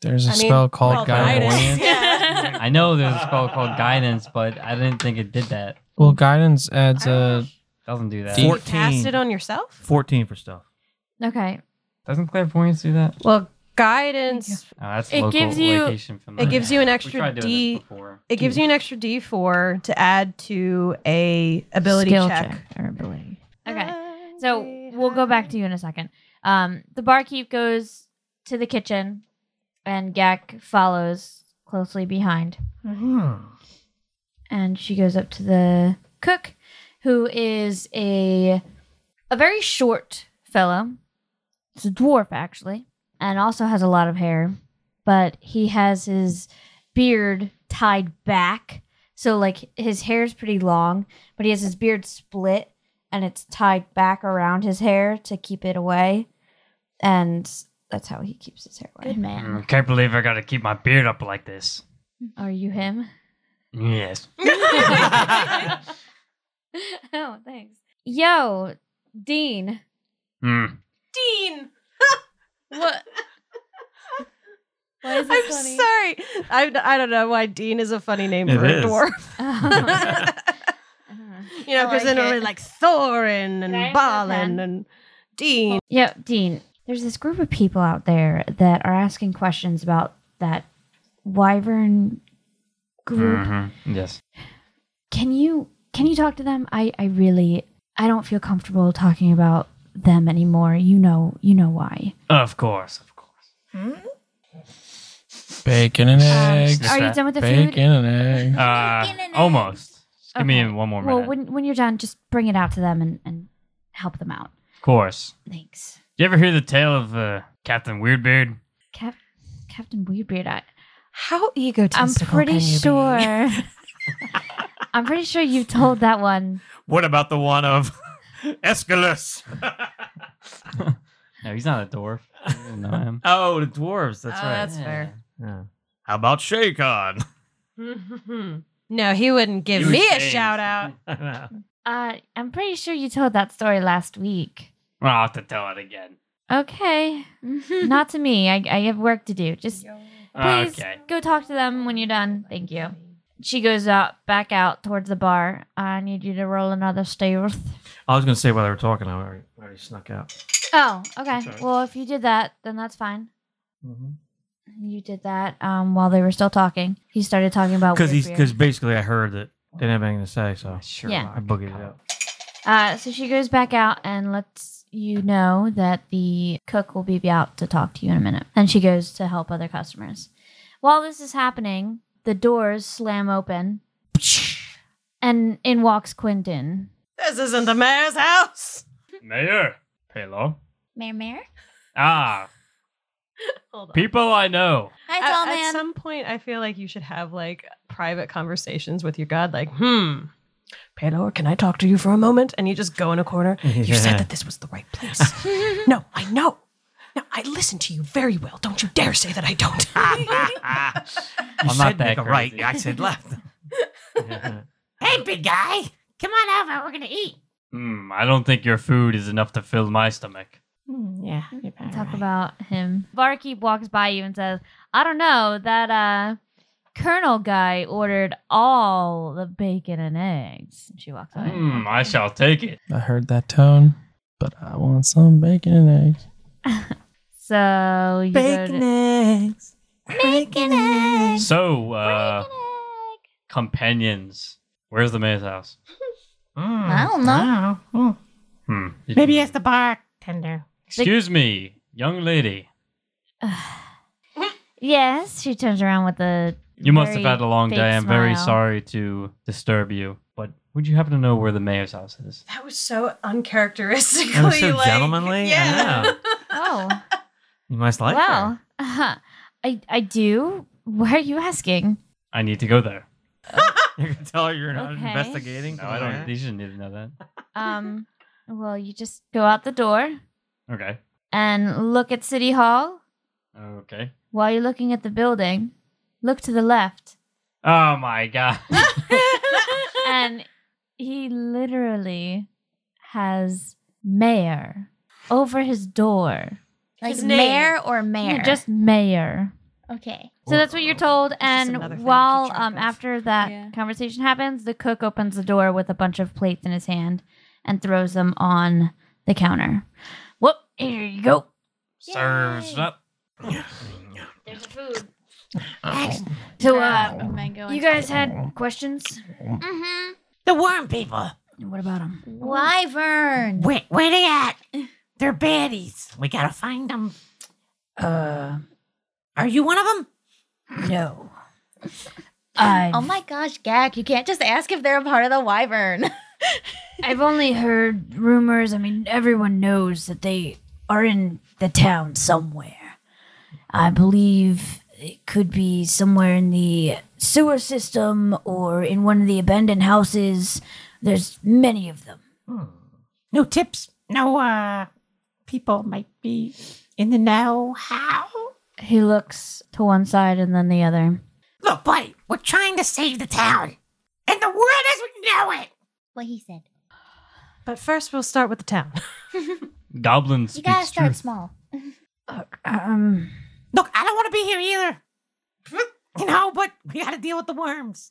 Speaker 4: There's a
Speaker 3: I mean,
Speaker 4: spell called
Speaker 3: well,
Speaker 4: guidance.
Speaker 3: guidance.
Speaker 8: I know there's a spell called guidance, but I didn't think it did that.
Speaker 4: Well, guidance adds a.
Speaker 8: Doesn't do that.
Speaker 4: Four-
Speaker 3: You cast
Speaker 1: 14.
Speaker 3: it on yourself?
Speaker 1: 14 for stealth.
Speaker 2: Okay.
Speaker 8: Doesn't clairvoyance do that?
Speaker 3: Well, guidance
Speaker 8: Oh, that's
Speaker 3: It
Speaker 8: local
Speaker 3: gives you-
Speaker 8: location familiar.
Speaker 3: it gives you an
Speaker 8: We
Speaker 3: extra
Speaker 8: tried doing
Speaker 3: D.
Speaker 8: this before.
Speaker 3: It gives you an extra D4 to add to a ability
Speaker 2: Skill
Speaker 3: check.
Speaker 2: or ability. Okay. So we'll go back to you in a second. Um, the barkeep goes to the kitchen, and Gak follows closely behind.
Speaker 8: Hmm.
Speaker 2: And she goes up to the cook, who is a a very short fellow. It's a dwarf actually, and also has a lot of hair, but he has his beard tied back. So like his hair's pretty long, but he has his beard split and it's tied back around his hair to keep it away. And that's how he keeps his hair away.
Speaker 5: Good man.
Speaker 8: Mm, can't believe I gotta keep my beard up like this.
Speaker 2: Are you him?
Speaker 8: Yes.
Speaker 2: oh, thanks. Yo, Dean.
Speaker 8: Hmm.
Speaker 3: Dean,
Speaker 8: Mm.
Speaker 5: What? Why is it
Speaker 3: I'm
Speaker 5: funny?
Speaker 3: sorry. I, I don't know why Dean is a funny name
Speaker 1: It
Speaker 3: for
Speaker 1: is.
Speaker 3: a dwarf. You know,
Speaker 5: I
Speaker 3: because
Speaker 5: like
Speaker 3: then
Speaker 5: it.
Speaker 3: we're like Thorin
Speaker 2: Can I
Speaker 3: and
Speaker 2: have the
Speaker 3: Balin
Speaker 2: pen?
Speaker 3: and Dean.
Speaker 2: Yo, Dean. There's this group of people out there that are asking questions about that wyvern group.
Speaker 8: Mm-hmm. Yes.
Speaker 2: Can you can you talk to them? I I really I don't feel comfortable talking about them anymore. You know you know why.
Speaker 8: Of course. Of course.
Speaker 4: Bacon and eggs.
Speaker 8: Just
Speaker 2: Um, Are you
Speaker 8: that
Speaker 2: done with the food?
Speaker 4: Bacon and eggs.
Speaker 8: Uh, almost. Just Give me
Speaker 2: Okay.
Speaker 8: one more minute.
Speaker 2: Well, when when you're done, just bring it out to them and, and help them out.
Speaker 8: of course.
Speaker 2: Thanks,
Speaker 8: You ever hear the tale of uh, Captain Weirdbeard?
Speaker 2: Cap- Captain Weirdbeard. I,
Speaker 3: How
Speaker 2: I'm
Speaker 3: egotistical
Speaker 2: pretty
Speaker 3: can you be?
Speaker 2: sure. I'm pretty sure you told that one.
Speaker 1: What about the one of Aeschylus?
Speaker 8: No, he's not a dwarf. I don't know him.
Speaker 1: oh, the dwarves. That's
Speaker 3: Oh,
Speaker 1: right.
Speaker 3: that's fair.
Speaker 1: Yeah. How about Shakon?
Speaker 3: no, he wouldn't give
Speaker 8: You
Speaker 3: me a
Speaker 8: changed.
Speaker 3: shout out.
Speaker 2: Uh, I'm pretty sure you told that story last week.
Speaker 8: Well, I'll have to tell it again.
Speaker 2: Okay, not to me. I, I have work to do. Just Please
Speaker 8: Okay.
Speaker 2: go talk to them when you're done. Thank you. She goes out back out towards the bar. I need you to roll another stairs.
Speaker 1: I was going to say while they were talking, I already, already snuck out.
Speaker 2: Oh, okay.
Speaker 1: Sorry.
Speaker 2: Well, if you did that, then that's fine.
Speaker 10: Mm-hmm.
Speaker 2: You did that um, while they were still talking. He started talking about
Speaker 1: Because he's
Speaker 2: Whitbeard.
Speaker 1: because basically I heard that they didn't have anything to say, so
Speaker 8: Sure.
Speaker 2: Yeah.
Speaker 1: I boogied it out.
Speaker 2: Uh, so she goes back out and lets you know that the cook will be out to talk to you in a minute. And she goes to help other customers. While this is happening, the doors slam open, and in walks Quentin.
Speaker 3: This isn't the mayor's house.
Speaker 8: Mayor. Hello.
Speaker 5: Mayor, mayor.
Speaker 8: Ah,
Speaker 3: Hold
Speaker 8: people I know.
Speaker 5: Hi,
Speaker 3: At,
Speaker 5: tall
Speaker 3: at
Speaker 5: man.
Speaker 3: some point, I feel like you should have like private conversations with your god. Like, hmm, Paylor, can I talk to you for a moment? And you just go in a corner. You
Speaker 1: Yeah.
Speaker 3: said that this was the right place. no, I know. No, I listen to you very well. Don't you dare say that I don't.
Speaker 8: I'm not that
Speaker 1: make a
Speaker 8: crazy.
Speaker 1: right. I said left.
Speaker 2: Hey, big guy! Come on over, we're gonna eat!
Speaker 8: Hmm. I don't think your food is enough to fill my stomach.
Speaker 3: yeah.
Speaker 2: Talk about him. Barkeep walks by you and says, I don't know, that uh Colonel guy ordered all the bacon and eggs. And she walks away.
Speaker 8: Hmm. I shall take it.
Speaker 4: I heard that tone, but I want some bacon and eggs.
Speaker 2: So you go
Speaker 3: Bacon
Speaker 2: to-
Speaker 3: eggs. Bacon eggs.
Speaker 8: So, uh,
Speaker 2: Bacon egg.
Speaker 8: companions. Where's the mayor's house?
Speaker 5: I don't know.
Speaker 2: Oh,
Speaker 8: Hmm.
Speaker 10: Maybe it's the bartender.
Speaker 8: Excuse me, young lady.
Speaker 2: Yes, she turns around with the
Speaker 8: You must
Speaker 2: very
Speaker 8: have had a long
Speaker 2: fake
Speaker 8: day. I'm very
Speaker 2: smile.
Speaker 8: sorry to disturb you, but would you happen to know where the mayor's house is?
Speaker 3: That was so uncharacteristically.
Speaker 1: That was so
Speaker 3: like,
Speaker 1: gentlemanly. I
Speaker 3: Yeah.
Speaker 1: know.
Speaker 2: Oh.
Speaker 1: You must like her.
Speaker 2: well. I I do. Why are you asking?
Speaker 8: I need to go there.
Speaker 1: You can tell you're not
Speaker 2: Okay.
Speaker 1: investigating.
Speaker 8: No, I don't. You shouldn't need to know that.
Speaker 2: Um well, you just go out the door
Speaker 8: Okay.
Speaker 2: and look at City Hall.
Speaker 8: Okay.
Speaker 2: While you're looking at the building, look to the left.
Speaker 8: Oh my god.
Speaker 2: and he literally has mayor over his door.
Speaker 5: Like
Speaker 3: His name.
Speaker 5: mayor or mayor.
Speaker 2: Yeah, Just mayor.
Speaker 5: okay.
Speaker 2: So that's what you're told.
Speaker 3: another thing
Speaker 2: And
Speaker 3: to
Speaker 2: while
Speaker 3: keep track
Speaker 2: um,
Speaker 3: of.
Speaker 2: after that
Speaker 5: Yeah.
Speaker 2: conversation happens, the cook opens the door with a bunch of plates in his hand and throws them on the counter. Whoop! Here you go.
Speaker 8: Serves up.
Speaker 2: There's a food.
Speaker 8: Oh.
Speaker 2: So, uh,
Speaker 5: mango
Speaker 2: you
Speaker 5: and-
Speaker 2: guys had questions?
Speaker 5: Mm-hmm.
Speaker 10: The worm people.
Speaker 2: What about them?
Speaker 5: Wyvern.
Speaker 10: Wait, where they at? They're baddies. We gotta find them.
Speaker 2: Uh,
Speaker 10: Are you one of them?
Speaker 2: no. I
Speaker 5: Oh my gosh, Gak, you can't just ask if they're a part of the Wyvern.
Speaker 2: I've only heard rumors. I mean, everyone knows that they are in the town somewhere. I believe it could be somewhere in the sewer system or in one of the abandoned houses. There's many of them.
Speaker 10: No tips. No, uh, people might be in the know how.
Speaker 2: He looks to one side and then the other.
Speaker 10: Look, buddy, we're trying to save the town and the world as we know it.
Speaker 5: what he said.
Speaker 3: But first, we'll start with the town.
Speaker 8: Goblins.
Speaker 5: You gotta
Speaker 8: speaks
Speaker 5: start
Speaker 8: truth.
Speaker 5: small.
Speaker 2: Um,
Speaker 10: Look, I don't want to be here either. You know, but we gotta deal with the worms.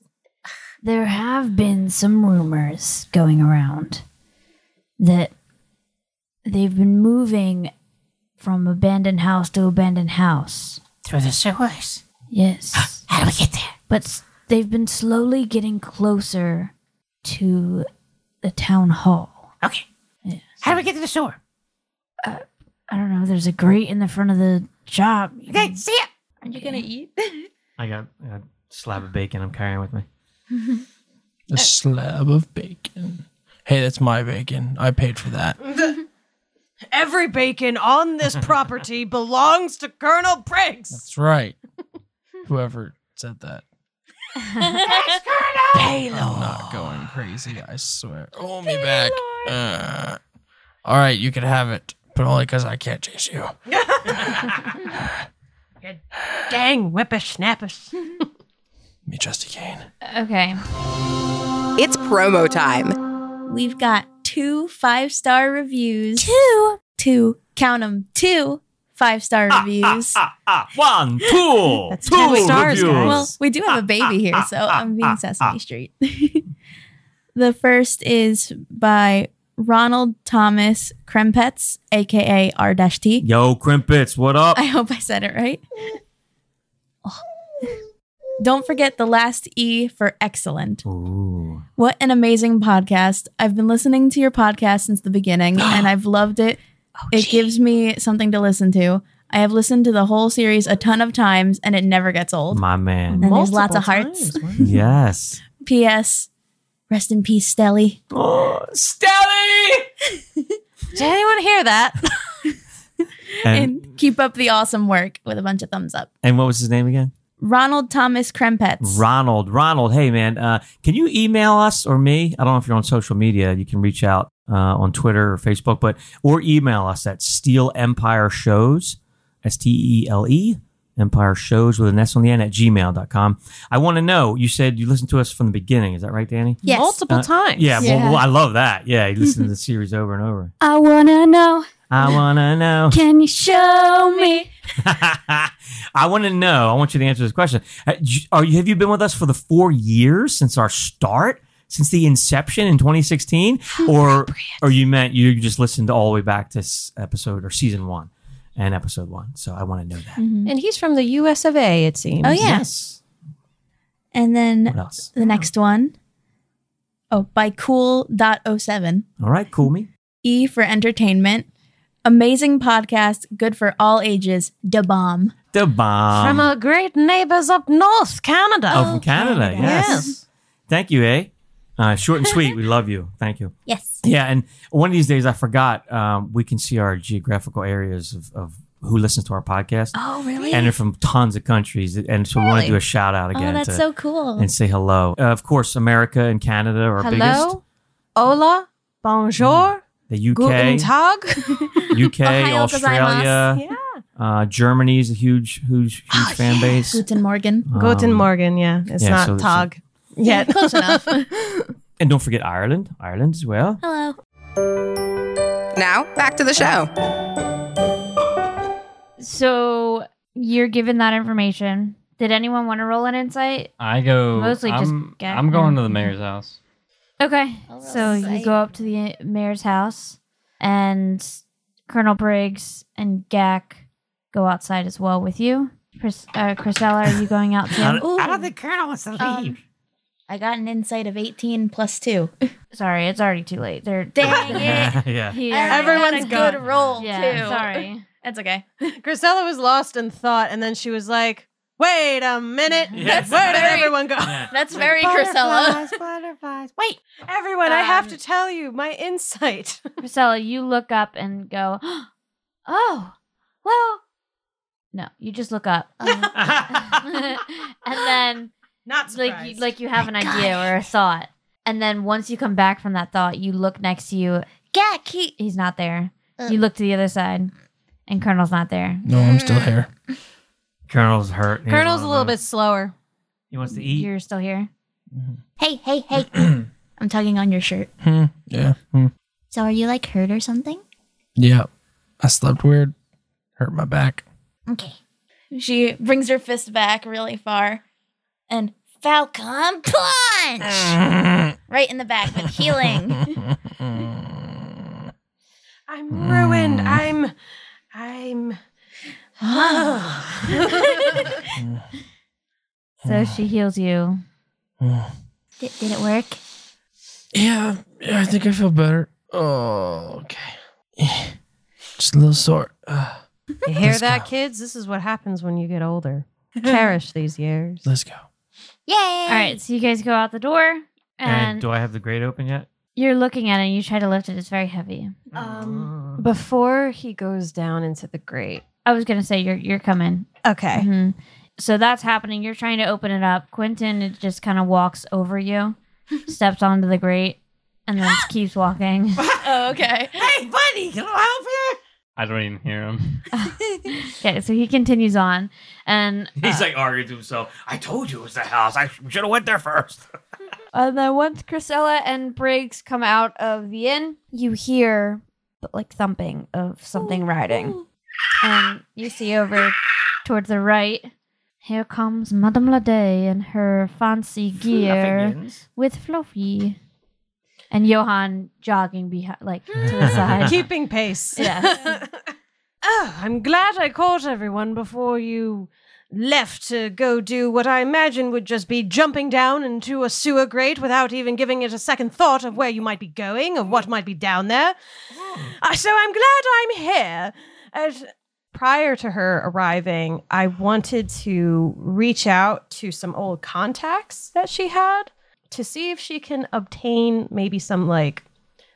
Speaker 2: there have been some rumors going around that they've been moving from abandoned house to abandoned house.
Speaker 10: Through the sewers.
Speaker 2: Yes.
Speaker 10: How do we get there?
Speaker 2: but s- they've been slowly getting closer to the town hall.
Speaker 10: Okay.
Speaker 2: Yeah.
Speaker 10: How do we get to the sewer?
Speaker 2: I don't know, there's a grate in the front of the shop. You
Speaker 10: Okay,
Speaker 2: can-
Speaker 10: see ya.
Speaker 5: Are you gonna eat?
Speaker 1: I got a slab of bacon I'm carrying with me.
Speaker 2: Uh,
Speaker 4: A slab of bacon. Hey, that's my bacon. I paid for that.
Speaker 3: Every bacon on this property belongs to Colonel Briggs.
Speaker 4: That's right. Whoever said that. I'm not going crazy, I swear. Hold me back. Uh, all right, you can have it, but only because I can't chase you.
Speaker 3: Dang, whippersnappers.
Speaker 4: Me, Trusty Kane.
Speaker 5: Okay.
Speaker 6: It's promo time.
Speaker 5: We've got two five star reviews.
Speaker 2: Two.
Speaker 5: Two. Count them. Two five star reviews.
Speaker 1: Ah, ah, one, two,
Speaker 3: That's
Speaker 1: two
Speaker 3: ten stars,
Speaker 1: reviews. Ah,
Speaker 3: guys.
Speaker 5: Well, we do have a baby here, so I'm being Sesame Street. the first is by Ronald Thomas Krempetz, aka R T.
Speaker 1: Yo, Crimpets, what up?
Speaker 5: I hope I said it right. Oh. Don't forget the last E for excellent.
Speaker 1: Ooh.
Speaker 5: What an amazing podcast. I've been listening to your podcast since the beginning and I've loved it. it gives me something to listen to. I have listened to the whole series a ton of times and it never gets old.
Speaker 1: My man.
Speaker 5: And there's lots of hearts.
Speaker 1: Yes.
Speaker 5: P.S. Rest in peace, Stelly.
Speaker 1: Oh, Stelly!
Speaker 5: Did anyone hear that?
Speaker 1: And,
Speaker 5: and keep up the awesome work with a bunch of thumbs up.
Speaker 1: and what was his name again?
Speaker 5: Ronald Thomas Krempetz.
Speaker 1: Ronald. Ronald, hey man, uh, can you email us or me? I don't know if you're on social media. You can reach out uh, on Twitter or Facebook, but or email us at Steel Empire Shows, S T E L E Empire Shows with an S on the end at gmail.com. I want to know. You said you listened to us from the beginning. Is that right, Danny?
Speaker 5: yes.
Speaker 3: Multiple
Speaker 1: Uh,
Speaker 3: times.
Speaker 1: Yeah,
Speaker 5: Yeah.
Speaker 1: Well, well, I love that. Yeah, you listen to the series over and over.
Speaker 2: Mm-hmm. I wanna know,
Speaker 1: I want to know.
Speaker 2: can you show me?
Speaker 1: I want to know. I want you to answer this question. Uh, j- Are you, have you been with us for the four years since our start, since the inception in 2016,
Speaker 2: Oh,
Speaker 1: or or you meant you just listened all the way back to s- episode or season one and episode one? So I want to know
Speaker 2: Mm.
Speaker 1: that.
Speaker 5: Mm-hmm.
Speaker 3: And he's from the US of A, it seems.
Speaker 5: Oh, yeah.
Speaker 1: Yes.
Speaker 5: And
Speaker 1: What
Speaker 5: then
Speaker 1: else?
Speaker 5: the next one. Oh, by cool.07.
Speaker 1: All right, cool me.
Speaker 5: E for entertainment. Amazing podcast, good for all ages. Da bomb.
Speaker 1: The bomb
Speaker 3: From our great neighbors up north, Canada.
Speaker 1: oh, from Canada. Yes. Thank you, eh? Uh, short and sweet. we love you. Thank you.
Speaker 5: Yes.
Speaker 1: Yeah, and one of these days, I forgot um, we can see our geographical areas of, of who listens to our podcast.
Speaker 5: Oh, really?
Speaker 1: and they're from tons of countries. And so we want to do a shout out
Speaker 5: oh,
Speaker 1: again
Speaker 5: that's
Speaker 1: to,
Speaker 5: so cool.
Speaker 1: and say hello. Uh, of course, America and Canada are our biggest. Mm,
Speaker 3: Hello. Hola. Bonjour.
Speaker 1: The
Speaker 3: Guten
Speaker 1: UK,
Speaker 3: Tag.
Speaker 1: UK,
Speaker 5: Ohio
Speaker 1: Australia,
Speaker 3: yeah.
Speaker 1: uh, Germany is a huge, huge, huge fan base.
Speaker 5: Oh, Guten Morgen.
Speaker 1: Um,
Speaker 3: Guten Morgen, yeah. It's
Speaker 1: yeah,
Speaker 3: not
Speaker 1: so- so-
Speaker 3: Tag yet.
Speaker 5: Close enough.
Speaker 1: and don't forget Ireland, Ireland as well.
Speaker 5: Hello.
Speaker 6: Now, back to the show.
Speaker 2: So you're given that information. Did anyone want to roll an insight?
Speaker 8: I go.
Speaker 2: Mostly just
Speaker 8: I'm-
Speaker 2: get-
Speaker 8: I'm going to the mayor's house.
Speaker 2: Okay.
Speaker 5: I'll roll
Speaker 2: So you
Speaker 5: insight.
Speaker 2: go up to the mayor's house uh, and Colonel Briggs and Gak go outside as well with you. Chris, uh, Chrisella, are you going out too?
Speaker 10: I don't- I don't think Colonel wants to leave.
Speaker 2: Um,
Speaker 5: I got an insight of 18 plus 2.
Speaker 2: Sorry, it's already too late. They're
Speaker 5: Dang
Speaker 1: yeah.
Speaker 2: He
Speaker 5: Everyone's
Speaker 2: already had a
Speaker 5: good roll,
Speaker 2: yeah,
Speaker 5: too.
Speaker 2: Sorry.
Speaker 5: That's okay.
Speaker 3: Grisella was lost in thought, and then she was like, "Wait a minute,
Speaker 1: Yes.
Speaker 3: where did
Speaker 5: Very-
Speaker 3: everyone go?"
Speaker 5: That's very Chrisella.
Speaker 10: Butterflies, butterflies. Wait,
Speaker 3: Everyone, I have
Speaker 5: Um,
Speaker 3: to tell you my insight.
Speaker 2: Priscilla, you look up and go, oh, well. No, you just look up. Um, and then
Speaker 3: Not
Speaker 2: like you,
Speaker 3: surprised.
Speaker 2: like you have an idea or a thought. And then once you come back from that thought, you look next to you.
Speaker 7: Gak, he.
Speaker 2: He's not there. You
Speaker 5: Uh.
Speaker 7: Ugh.
Speaker 2: look to the other side, and Colonel's not there.
Speaker 4: No, I'm still
Speaker 5: Mm.
Speaker 4: here.
Speaker 1: Colonel's hurt. He doesn't
Speaker 3: Colonel's a
Speaker 1: wanna
Speaker 3: little
Speaker 1: move.
Speaker 3: bit slower.
Speaker 1: He wants to eat.
Speaker 2: You're still here.
Speaker 7: Hey, hey, hey.
Speaker 5: I'm tugging on your shirt.
Speaker 4: Hmm. Yeah. Hmm.
Speaker 7: So are you like hurt or something?
Speaker 4: Yeah. I slept weird. Hurt my back.
Speaker 7: Okay.
Speaker 5: She brings her fist back really far and Falcon
Speaker 4: Mm.
Speaker 5: punch right in the back with healing.
Speaker 3: I'm ruined. I'm, I'm.
Speaker 2: So she heals you.
Speaker 7: Did, did it work?
Speaker 4: Yeah, yeah, I think I feel better. Oh, okay. Yeah, Just a little sore. Uh,
Speaker 3: You hear
Speaker 4: Let's
Speaker 3: that,
Speaker 4: go.
Speaker 3: kids? This is what happens when you get older. Cherish these years.
Speaker 4: let's go.
Speaker 7: Yay!
Speaker 2: All right, so you guys go out the door,
Speaker 1: And
Speaker 2: and
Speaker 1: do I have the grate open yet?
Speaker 2: you're looking at it. and You try to lift it. It's very heavy.
Speaker 3: Um, Before he goes down into the grate.
Speaker 2: I was gonna say you're you're coming.
Speaker 3: Okay.
Speaker 2: Mhm. So that's happening. You're trying to open it up. Quentin it just kind of walks over you, steps onto the grate, and then keeps walking.
Speaker 5: oh, okay.
Speaker 10: hey, buddy, can I
Speaker 8: I don't even hear him.
Speaker 2: okay, so he continues on, and
Speaker 1: He's like arguing to himself. I told you it was the house. I should have went there first.
Speaker 2: uh, And then once Chrisella and Briggs come out of the inn, you hear like thumping of something riding. And you see over towards the right, here comes Madame Lade in her fancy gear with Fluffy. And Johan jogging behind, like to the side.
Speaker 3: Keeping pace.
Speaker 2: Yes.
Speaker 3: oh, I'm glad I caught everyone before you left to go do what I imagine would just be jumping down into a sewer grate without even giving it a second thought of where you might be going or what might be down there. Uh, so I'm glad I'm here. Uh, prior to her arriving, I wanted to reach out to some old contacts that she had to see if she can obtain maybe some like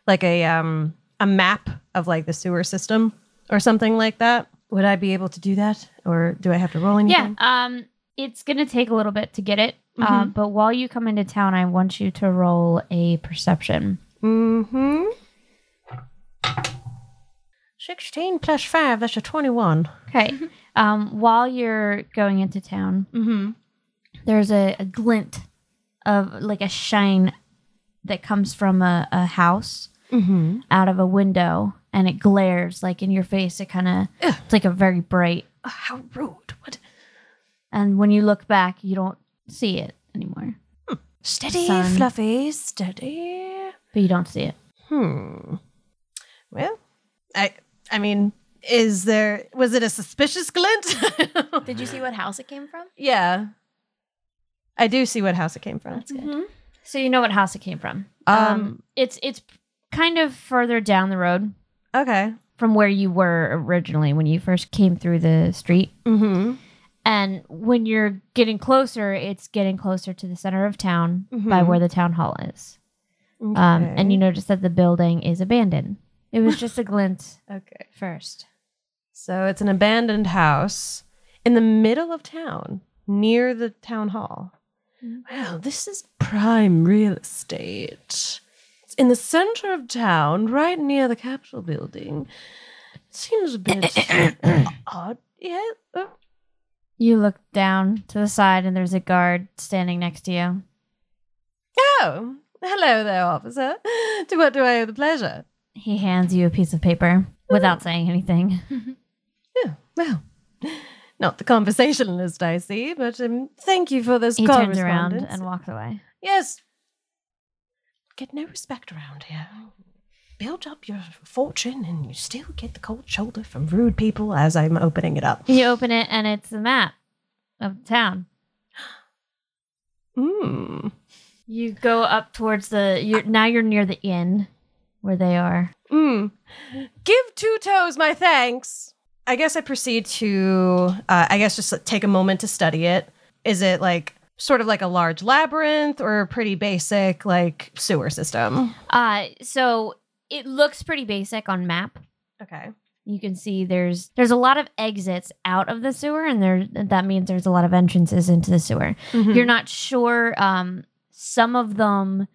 Speaker 3: like a um a map of like the sewer system or something like that. Would I be able to do that or do I have to roll
Speaker 2: yeah,
Speaker 3: anything?
Speaker 2: um, it's going to take a little bit to get it. Uh, but while you come into town, I want you to roll a perception.
Speaker 3: Mhm. 16 plus 5, that's a 21.
Speaker 2: Okay. Um, while you're going into town,
Speaker 3: Mhm.
Speaker 2: there's a, a glint of like a shine that comes from a, a house
Speaker 3: Mhm.
Speaker 2: out of a window and it glares like in your face. It kind of, it's like a very bright.
Speaker 3: Oh, how rude. What?
Speaker 2: And when you look back, you don't see it anymore,
Speaker 3: Steady,
Speaker 2: Son.
Speaker 3: fluffy, steady.
Speaker 2: but you don't see it.
Speaker 3: Hmm. Well, I I mean, is there was it a suspicious glint?
Speaker 5: Did you see what house it came from?
Speaker 3: Yeah. I do see what house it came from. Mm-hmm.
Speaker 5: That's good.
Speaker 2: So you know what house it came from.
Speaker 3: Um,
Speaker 2: it's, it's kind of further down the road
Speaker 3: Okay.
Speaker 2: from where you were originally when you first came through the street.
Speaker 3: Mm-hmm.
Speaker 2: And when you're getting closer, it's getting closer to the center of town by
Speaker 3: Mhm.
Speaker 2: where the town hall is. Um, and you notice that the building is abandoned. It was just a glint
Speaker 3: Okay.
Speaker 2: first.
Speaker 3: So it's an abandoned house in the middle of town, near the town hall. Wow, this is prime real estate. It's in the center of town, right near the Capitol building. Seems a bit odd. Yeah. uh,
Speaker 2: You look down to the side, and there's a guard standing next to you.
Speaker 3: Oh, hello there, officer. To what do I owe the pleasure?
Speaker 2: He hands you a piece of paper without saying anything.
Speaker 3: Yeah, well, not the conversationalist I see, but um, thank you for this
Speaker 2: He turns around
Speaker 3: correspondence.
Speaker 2: and walks away.
Speaker 3: yes, get no respect around here. build up your fortune and you still get the cold shoulder from rude people as I'm opening it up.
Speaker 2: You open it and it's a map of town.
Speaker 3: Mm.
Speaker 2: You go up towards the. You're, now you're near the inn where they are.
Speaker 3: Mm. Give two toes my thanks. I guess I proceed to, uh, I guess, just take a moment to study it. Is it like sort of like a large labyrinth or a pretty basic like sewer system?
Speaker 2: Uh, so it looks pretty basic on map.
Speaker 3: Okay.
Speaker 2: You can see there's there's a lot of exits out of the sewer, and there that means there's a lot of entrances into the sewer.
Speaker 3: Mhm.
Speaker 2: You're not sure. Um, some of them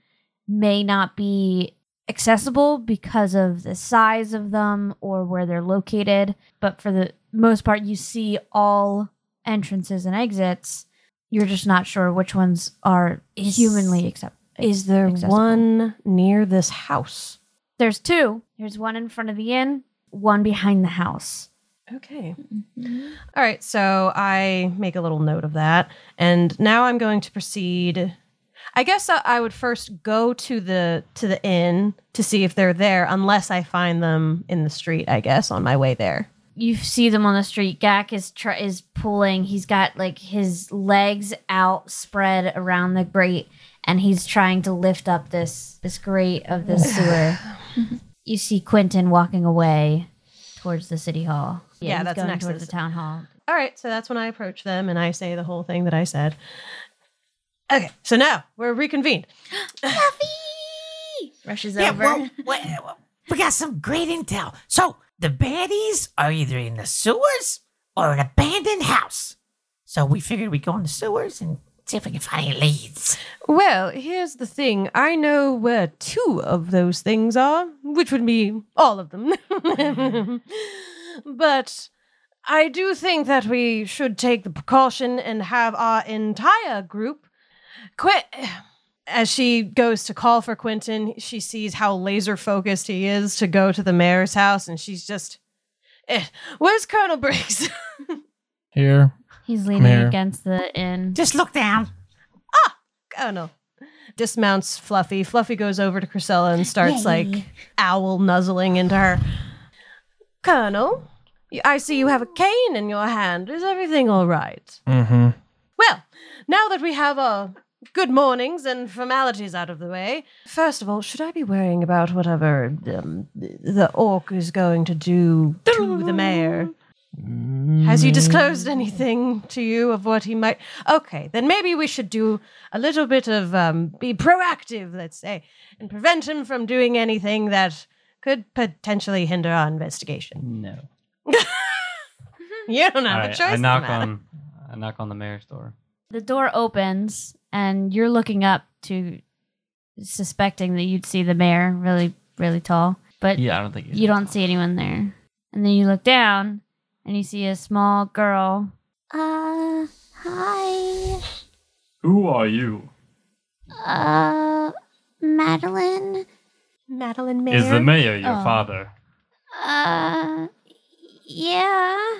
Speaker 2: may not be accessible because of the size of them or where they're located. But for the most part, you see all entrances and exits. You're just not sure which ones are
Speaker 7: Is-
Speaker 2: humanly accept-
Speaker 3: Is there
Speaker 2: accessible.
Speaker 3: one near this house?
Speaker 2: There's two. There's one in front of the inn, one behind the house.
Speaker 3: Okay. All right, so I make a little note of that. And now I'm going to proceed. I guess I I would first go to the to the inn to see if they're there unless I find them in the street, I guess, on my way there.
Speaker 2: you see them on the street. Gak is tr- is pulling. He's got like his legs out spread around the grate, and he's trying to lift up this this grate of the sewer. you see Quentin walking away towards the city hall.
Speaker 3: Yeah,
Speaker 2: he's
Speaker 3: that's
Speaker 2: going
Speaker 3: next to
Speaker 2: towards the
Speaker 3: the-
Speaker 2: town hall.
Speaker 3: All right, so that's when I approach them and I say the whole thing that I said. Okay, so now we're reconvened.
Speaker 5: Rushes
Speaker 10: Yeah,
Speaker 5: over.
Speaker 10: well, well, we got some great intel. So the baddies are either in the sewers or an abandoned house. So we figured we'd go in the sewers and see if we can find any leads.
Speaker 3: Well, here's the thing. I know where two of those things are, which would be all of them. but I do think that we should take the precaution and have our entire group quit. As she goes to call for Quentin, she sees how laser focused he is to go to the mayor's house, and she's just, eh, Where's Colonel Briggs?
Speaker 4: Here.
Speaker 2: He's
Speaker 4: leaning
Speaker 2: leaning
Speaker 4: here.
Speaker 2: against the inn.
Speaker 10: Just look down.
Speaker 3: Colonel. Dismounts Fluffy. Fluffy goes over to Chrysella and starts like owl nuzzling into her. Colonel, y- I see you have a cane in your hand. Is everything all right?
Speaker 4: Mm-hmm.
Speaker 3: Well, now that we have our good mornings and formalities out of the way, first of all, should I be worrying about whatever um, the orc is going to do to the mayor? Has he disclosed anything to you of what he might? Okay, then maybe we should do a little bit of um, be proactive, let's say, and prevent him from doing anything that could potentially hinder our investigation.
Speaker 8: No.
Speaker 3: You don't have a
Speaker 8: Alright,
Speaker 3: choice.
Speaker 8: I
Speaker 3: in
Speaker 8: knock
Speaker 3: that.
Speaker 8: on I knock on the mayor's door.
Speaker 2: The door opens, and you're looking up to suspecting that you'd see the mayor, really really tall, but
Speaker 8: Yeah, I don't think he's
Speaker 2: you don't see anyone there. And then you look down and you see a small girl.
Speaker 7: Uh, hi.
Speaker 11: Who are you?
Speaker 7: Uh, Madeline.
Speaker 3: Madeline Mayor.
Speaker 11: Is the mayor your
Speaker 7: Oh.
Speaker 11: father?
Speaker 7: Uh, yeah.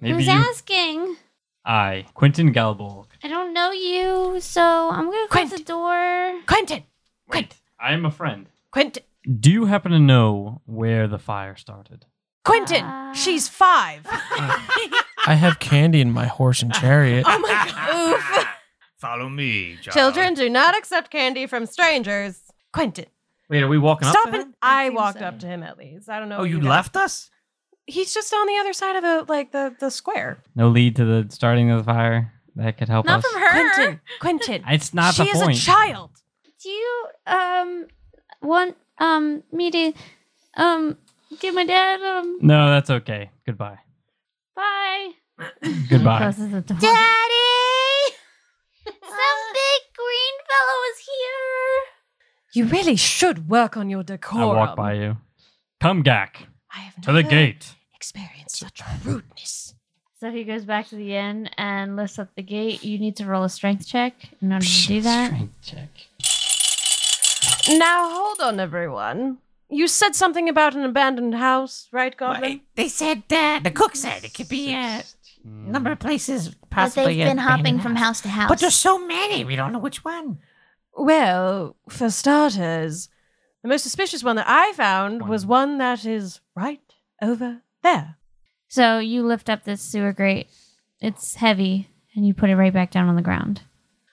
Speaker 11: Maybe
Speaker 7: Who's
Speaker 11: you.
Speaker 7: asking?
Speaker 8: I, Quentin Galborg.
Speaker 7: I don't know you, so I'm gonna close the door.
Speaker 3: Quentin,
Speaker 8: Wait, I am a friend.
Speaker 3: Quentin,
Speaker 8: Do you happen to know where the fire started?
Speaker 3: Quentin. she's five.
Speaker 4: I have candy in my horse and chariot.
Speaker 3: Oh my god. Oof.
Speaker 11: Follow me, child.
Speaker 3: Children do not accept candy from strangers. Quentin,
Speaker 1: Wait, are we walking
Speaker 3: stop
Speaker 1: up? to
Speaker 3: it!
Speaker 1: him?
Speaker 3: I walked up to him at least. I don't know.
Speaker 1: Oh,
Speaker 3: what
Speaker 1: you
Speaker 3: guys-
Speaker 1: left us?
Speaker 3: He's just on the other side of the like the the square.
Speaker 8: No lead to the starting of the fire that could help
Speaker 7: Not
Speaker 8: us.
Speaker 7: from her.
Speaker 3: Quentin, Quentin,
Speaker 8: It's not
Speaker 3: she
Speaker 8: the
Speaker 3: is
Speaker 8: point.
Speaker 3: a child.
Speaker 7: Do you um want um me to um give my dad um
Speaker 8: no, that's okay. Goodbye.
Speaker 7: bye?
Speaker 8: Goodbye.
Speaker 2: Closes the door.
Speaker 7: Daddy! Some big green fellow is here.
Speaker 3: You really should work on your decorum.
Speaker 8: I walk by you. Come back
Speaker 3: I have
Speaker 8: to the
Speaker 3: never
Speaker 8: gate.
Speaker 3: Experienced such rudeness.
Speaker 2: So he goes back to the inn and lifts up the gate. You need to roll a strength check in order to do that.
Speaker 8: Strength check.
Speaker 3: Now hold on, everyone. You said something about an abandoned house, right, Goblin?
Speaker 10: Well, they said uh, the cook said it could be a
Speaker 8: Hmm.
Speaker 10: number of places,
Speaker 7: But they've
Speaker 10: possibly.
Speaker 7: been hopping
Speaker 10: abandoned
Speaker 7: from house to house.
Speaker 10: But there's so many, we don't know which one.
Speaker 3: Well, for starters, The most suspicious one that I found was one that is right over there.
Speaker 2: So you lift up this sewer grate. It's heavy, and you put it right back down on the ground.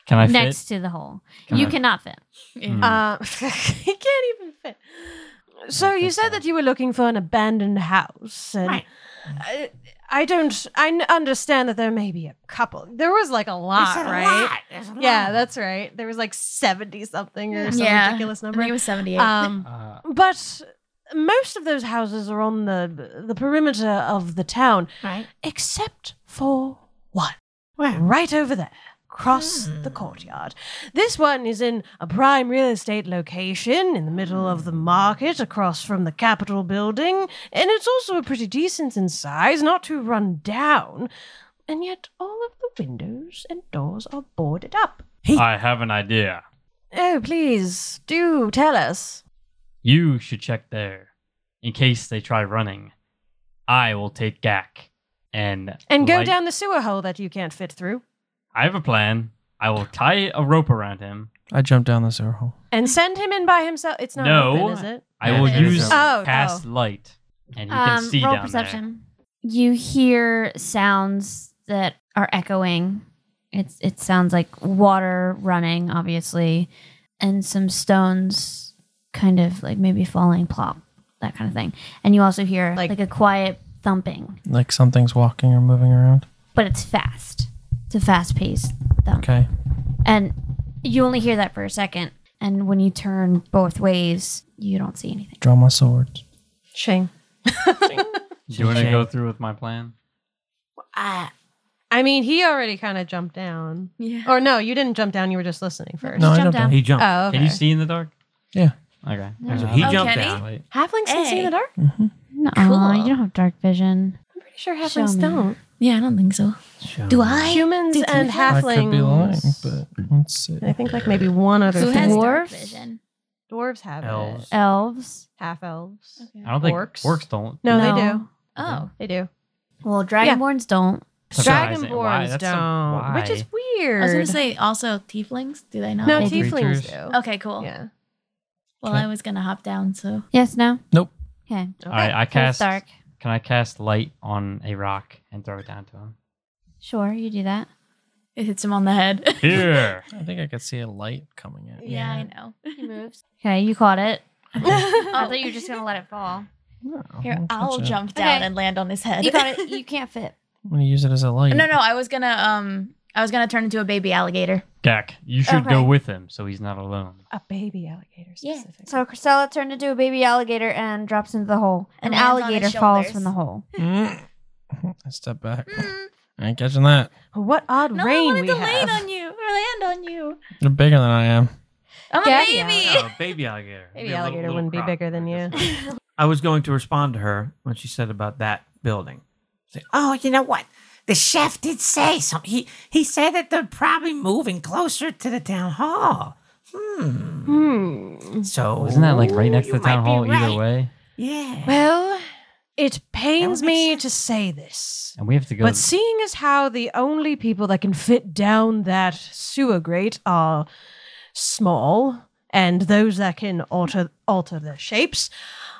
Speaker 8: Can I fit?
Speaker 2: next to the hole?
Speaker 8: Can
Speaker 2: you
Speaker 8: I-
Speaker 2: cannot fit.
Speaker 5: Hmm.
Speaker 8: Yeah.
Speaker 3: Uh, he can't even fit. So you said that you were looking for an abandoned house, and I, I don't. I n- understand that there may be a couple. There was like a lot,
Speaker 10: a
Speaker 3: right?
Speaker 10: lot. There's a
Speaker 3: Yeah,
Speaker 10: lot.
Speaker 3: that's right. There was like seventy something
Speaker 5: Yeah.
Speaker 3: or some
Speaker 5: Yeah.
Speaker 3: ridiculous
Speaker 5: I
Speaker 3: number.
Speaker 5: think it was 78.
Speaker 3: Um,
Speaker 8: Uh,
Speaker 3: but most of those houses are on the the perimeter of the town,
Speaker 10: right?
Speaker 3: Except for one, right over there, across the courtyard. This one is in a prime real estate location in the middle of the market, across from the Capitol building, and it's also a pretty decent in size, not too run down. And yet, all of the windows and doors are boarded up.
Speaker 8: I have an idea.
Speaker 3: Oh, please do tell us.
Speaker 8: You should check there in case they try running. I will take Gak and
Speaker 3: And go
Speaker 8: light-
Speaker 3: down the sewer hole that you can't fit through,
Speaker 8: I have a plan. I will tie a rope around him.
Speaker 4: I jumped down the sewer hole.
Speaker 3: and send him in by himself. It's not
Speaker 8: no,
Speaker 3: open, is it?
Speaker 8: I will
Speaker 4: Yeah, it is
Speaker 8: use
Speaker 4: open.
Speaker 3: Oh, Um,
Speaker 8: cast
Speaker 3: oh.
Speaker 8: light, and you can see
Speaker 2: Um, roll
Speaker 8: down
Speaker 2: perception. You hear sounds that are echoing. It's it sounds like water running, obviously, and some stones kind of like maybe falling plop, that kind of thing. And you also hear like, a quiet thumping,
Speaker 4: Like something's walking or moving around.
Speaker 2: but it's fast. It's a fast paced thump.
Speaker 4: Okay.
Speaker 2: And you only hear that for a second. And when you turn both ways, you don't see anything.
Speaker 4: Draw my sword.
Speaker 3: Shing.
Speaker 8: there. Do you want to go through with my plan?
Speaker 3: I mean, he already kind of jumped down. Yeah. Or no, you didn't jump down. You were just listening first.
Speaker 8: No, I jumped down.
Speaker 1: He jumped.
Speaker 3: Oh, okay.
Speaker 8: Can you see in the dark?
Speaker 4: Yeah.
Speaker 8: Okay.
Speaker 1: Yeah. So he Oh, jumped can he? down.
Speaker 3: Halflings can see in the dark.
Speaker 2: No,
Speaker 3: Cool.
Speaker 2: you don't have dark vision.
Speaker 3: I'm pretty sure
Speaker 2: Show
Speaker 3: halflings
Speaker 2: me.
Speaker 3: don't.
Speaker 5: Yeah, I don't think so.
Speaker 2: Do I?
Speaker 3: Humans
Speaker 2: Did you
Speaker 3: and
Speaker 4: Mm-hmm. I
Speaker 3: halflings.
Speaker 4: could be lying, but let's see.
Speaker 3: I think like maybe one other
Speaker 2: Who
Speaker 3: thing.
Speaker 2: has
Speaker 3: Dwarf-
Speaker 2: dark
Speaker 5: Dwarves?
Speaker 2: vision?
Speaker 3: Dwarves have
Speaker 8: Elves.
Speaker 3: it.
Speaker 2: Elves.
Speaker 3: Half elves.
Speaker 8: I don't think
Speaker 3: Orcs?
Speaker 8: orcs, don't.
Speaker 3: No, they
Speaker 2: No.
Speaker 3: do.
Speaker 2: Oh.
Speaker 3: They do.
Speaker 2: Well, dragonborns don't.
Speaker 8: Surprising. Why?
Speaker 3: Dragonborns
Speaker 8: That's some-
Speaker 3: don't, which is weird.
Speaker 5: I was gonna say also tieflings. Do they not?
Speaker 3: no,
Speaker 5: They do.
Speaker 3: tieflings
Speaker 8: Creatures.
Speaker 3: do.
Speaker 5: Okay, cool.
Speaker 3: Yeah.
Speaker 5: Well, I was gonna hop down, so
Speaker 2: Yes, no?
Speaker 4: Nope.
Speaker 2: Okay.
Speaker 8: All right,
Speaker 2: So
Speaker 8: I
Speaker 2: it's
Speaker 8: cast.
Speaker 2: dark.
Speaker 8: Can I cast light on a rock and throw it down to him?
Speaker 2: Sure, you do that.
Speaker 5: it hits him on the head.
Speaker 8: Here.
Speaker 4: I think I could see a light coming in.
Speaker 5: yeah, I know.
Speaker 2: He moves. Okay, you caught it. I
Speaker 5: Oh.
Speaker 2: thought you were just going to let it fall.
Speaker 4: Oh,
Speaker 5: Here, I'll
Speaker 4: gotcha.
Speaker 5: jump down
Speaker 2: Okay.
Speaker 5: and land on his head.
Speaker 2: You caught it. You can't fit.
Speaker 4: I'm gonna use it as a light.
Speaker 5: No, no, I was gonna um, I was gonna turn into a baby alligator.
Speaker 8: Gak, you should go
Speaker 2: Okay.
Speaker 8: with him so he's not alone.
Speaker 3: A baby alligator specifically.
Speaker 2: So Cristela turned into a baby alligator and drops into the hole.
Speaker 5: And
Speaker 2: An
Speaker 5: lands on his
Speaker 2: alligator falls
Speaker 5: shoulders.
Speaker 2: from the hole.
Speaker 4: Mm. I step back. I ain't catching that.
Speaker 3: What odd
Speaker 5: No, I
Speaker 3: Mm, rain
Speaker 5: wanted
Speaker 3: we
Speaker 5: to
Speaker 3: have.
Speaker 5: land on you or land on you.
Speaker 4: You're bigger than I am.
Speaker 5: I'm
Speaker 2: Yeah.
Speaker 5: a baby.
Speaker 1: Oh, baby alligator.
Speaker 3: Baby
Speaker 1: Be a little-
Speaker 3: alligator
Speaker 1: little
Speaker 3: wouldn't be
Speaker 1: crop.
Speaker 3: bigger than you.
Speaker 1: I was going to respond to her when she said about that building.
Speaker 10: Oh, you know what? The chef did say something. He he said that they're probably moving closer to the town hall. Hmm.
Speaker 3: Hmm.
Speaker 10: So
Speaker 8: Isn't that like right next to
Speaker 10: you
Speaker 8: the town
Speaker 10: might be
Speaker 8: hall
Speaker 10: right.
Speaker 8: either way?
Speaker 10: Yeah.
Speaker 3: Well, it pains
Speaker 10: That would make
Speaker 3: me to say this.
Speaker 8: And we have to go.
Speaker 3: But seeing as how the only people that can fit down that sewer grate are small, and those that can alter alter their shapes,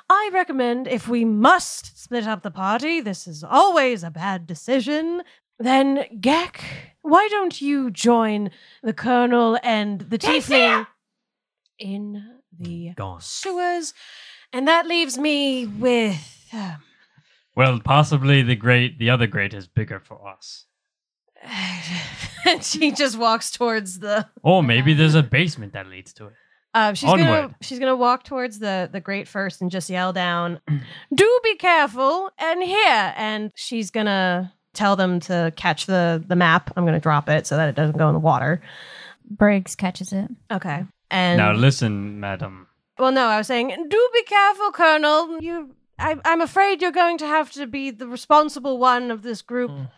Speaker 3: I recommend if we must split up the party, this is always a bad decision. Then Gek, why don't you join the colonel and the tiefling in the
Speaker 1: Gone.
Speaker 3: sewers? And that leaves me with. um,
Speaker 8: well, possibly the great, the other great is bigger for us.
Speaker 3: and she just walks towards the.
Speaker 8: Or maybe there's a basement that leads to it.
Speaker 3: Uh, she's gonna
Speaker 8: Onward.
Speaker 3: she's gonna walk towards the the grate first and just yell down, "Do be careful!" And here, and she's gonna tell them to catch the the map. I'm gonna drop it so that it doesn't go in the water.
Speaker 2: Briggs catches it.
Speaker 3: Okay. And
Speaker 8: now listen, madam.
Speaker 3: well, no, I was saying, "Do be careful, Colonel. You, I, I'm afraid you're going to have to be the responsible one of this group."
Speaker 8: Mm.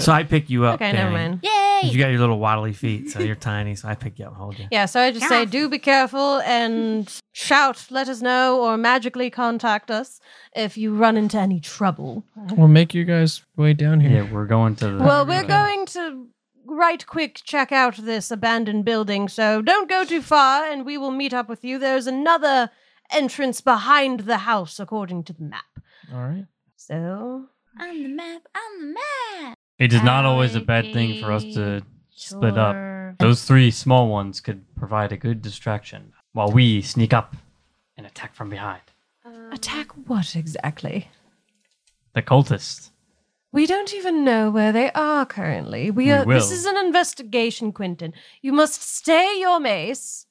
Speaker 1: So I pick you up.
Speaker 3: Okay, never
Speaker 1: Danny.
Speaker 3: mind.
Speaker 1: 'Cause You got your little waddly feet, so you're tiny. So I pick you up and hold you.
Speaker 3: Yeah, so I just say, do be careful and shout, let us know, or magically contact us if you run into any trouble.
Speaker 4: We'll make you guys way down here.
Speaker 8: Yeah, we're going to the.
Speaker 3: Well, we're going to right quick check out this abandoned building, so don't go too far and we will meet up with you. There's another entrance behind the house according to the map.
Speaker 4: All right.
Speaker 3: So
Speaker 2: on the map, on the map.
Speaker 8: It is not always a bad thing for us to split up. Those three small ones could provide a good distraction while we sneak up and attack from behind.
Speaker 3: Attack what exactly?
Speaker 8: The cultists.
Speaker 3: We don't even know where they are currently. We,
Speaker 8: We
Speaker 3: are. This
Speaker 8: will.
Speaker 3: is an investigation, Quentin. You must stay your mace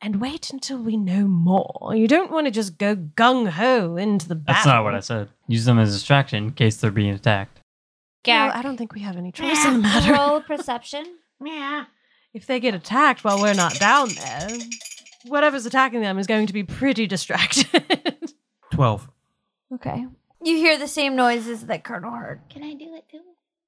Speaker 3: and wait until we know more. You don't want to just go gung ho into the battle.
Speaker 8: That's not what I said. Use them as a distraction in case they're being attacked.
Speaker 3: Well, I don't think we have any choice in the matter.
Speaker 2: Roll perception.
Speaker 10: Yeah.
Speaker 3: If they get attacked while we're not down there, whatever's attacking them is going to be pretty distracted.
Speaker 1: 12.
Speaker 2: Okay. You hear the same noises that Colonel heard. Can I do it too?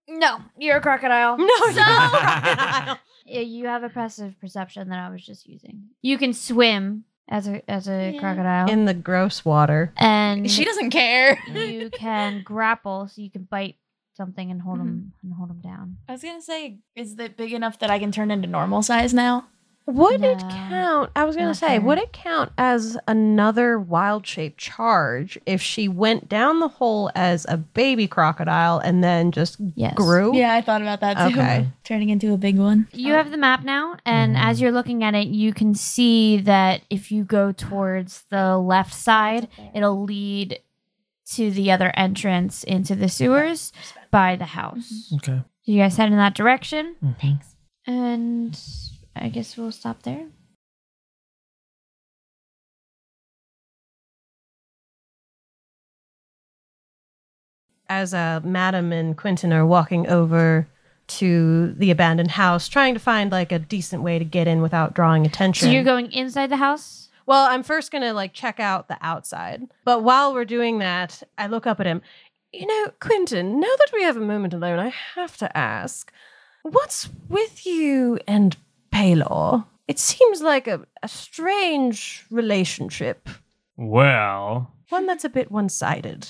Speaker 2: No, you're a crocodile.
Speaker 3: No, you're
Speaker 2: not a crocodile. you have a passive perception that I was just using. You can swim as a as a crocodile,
Speaker 3: In the gross water. Mm.
Speaker 2: and
Speaker 5: She doesn't care.
Speaker 2: you can grapple, so you can bite something and hold them and hold them down.
Speaker 5: I was gonna say, is it big enough that I can turn into normal size now?
Speaker 3: Would it count? I was going to say, would it count as another wild shape charge if she went down the hole as a baby crocodile and then just grew?
Speaker 5: Yeah, I thought about that too.
Speaker 3: Okay.
Speaker 5: Turning into a big one.
Speaker 2: You have the map now, and as you're looking at it, you can see that if you go towards the left side, it'll lead to the other entrance into the sewers by the house.
Speaker 4: Okay.
Speaker 2: Do you guys head in that direction?
Speaker 4: Mm-hmm. Thanks.
Speaker 2: And I guess we'll stop there.
Speaker 3: As uh, Madam and Quentin are walking over to the abandoned house, trying to find like a decent way to get in without drawing attention.
Speaker 2: So you're going inside the house?
Speaker 3: Well, I'm first gonna like check out the outside. But while we're doing that, I look up at him. You know, Quentin, now that we have a moment alone, I have to ask, what's with you and Paylor? It seems like a, a strange relationship.
Speaker 8: Well,
Speaker 3: One that's a bit one sided.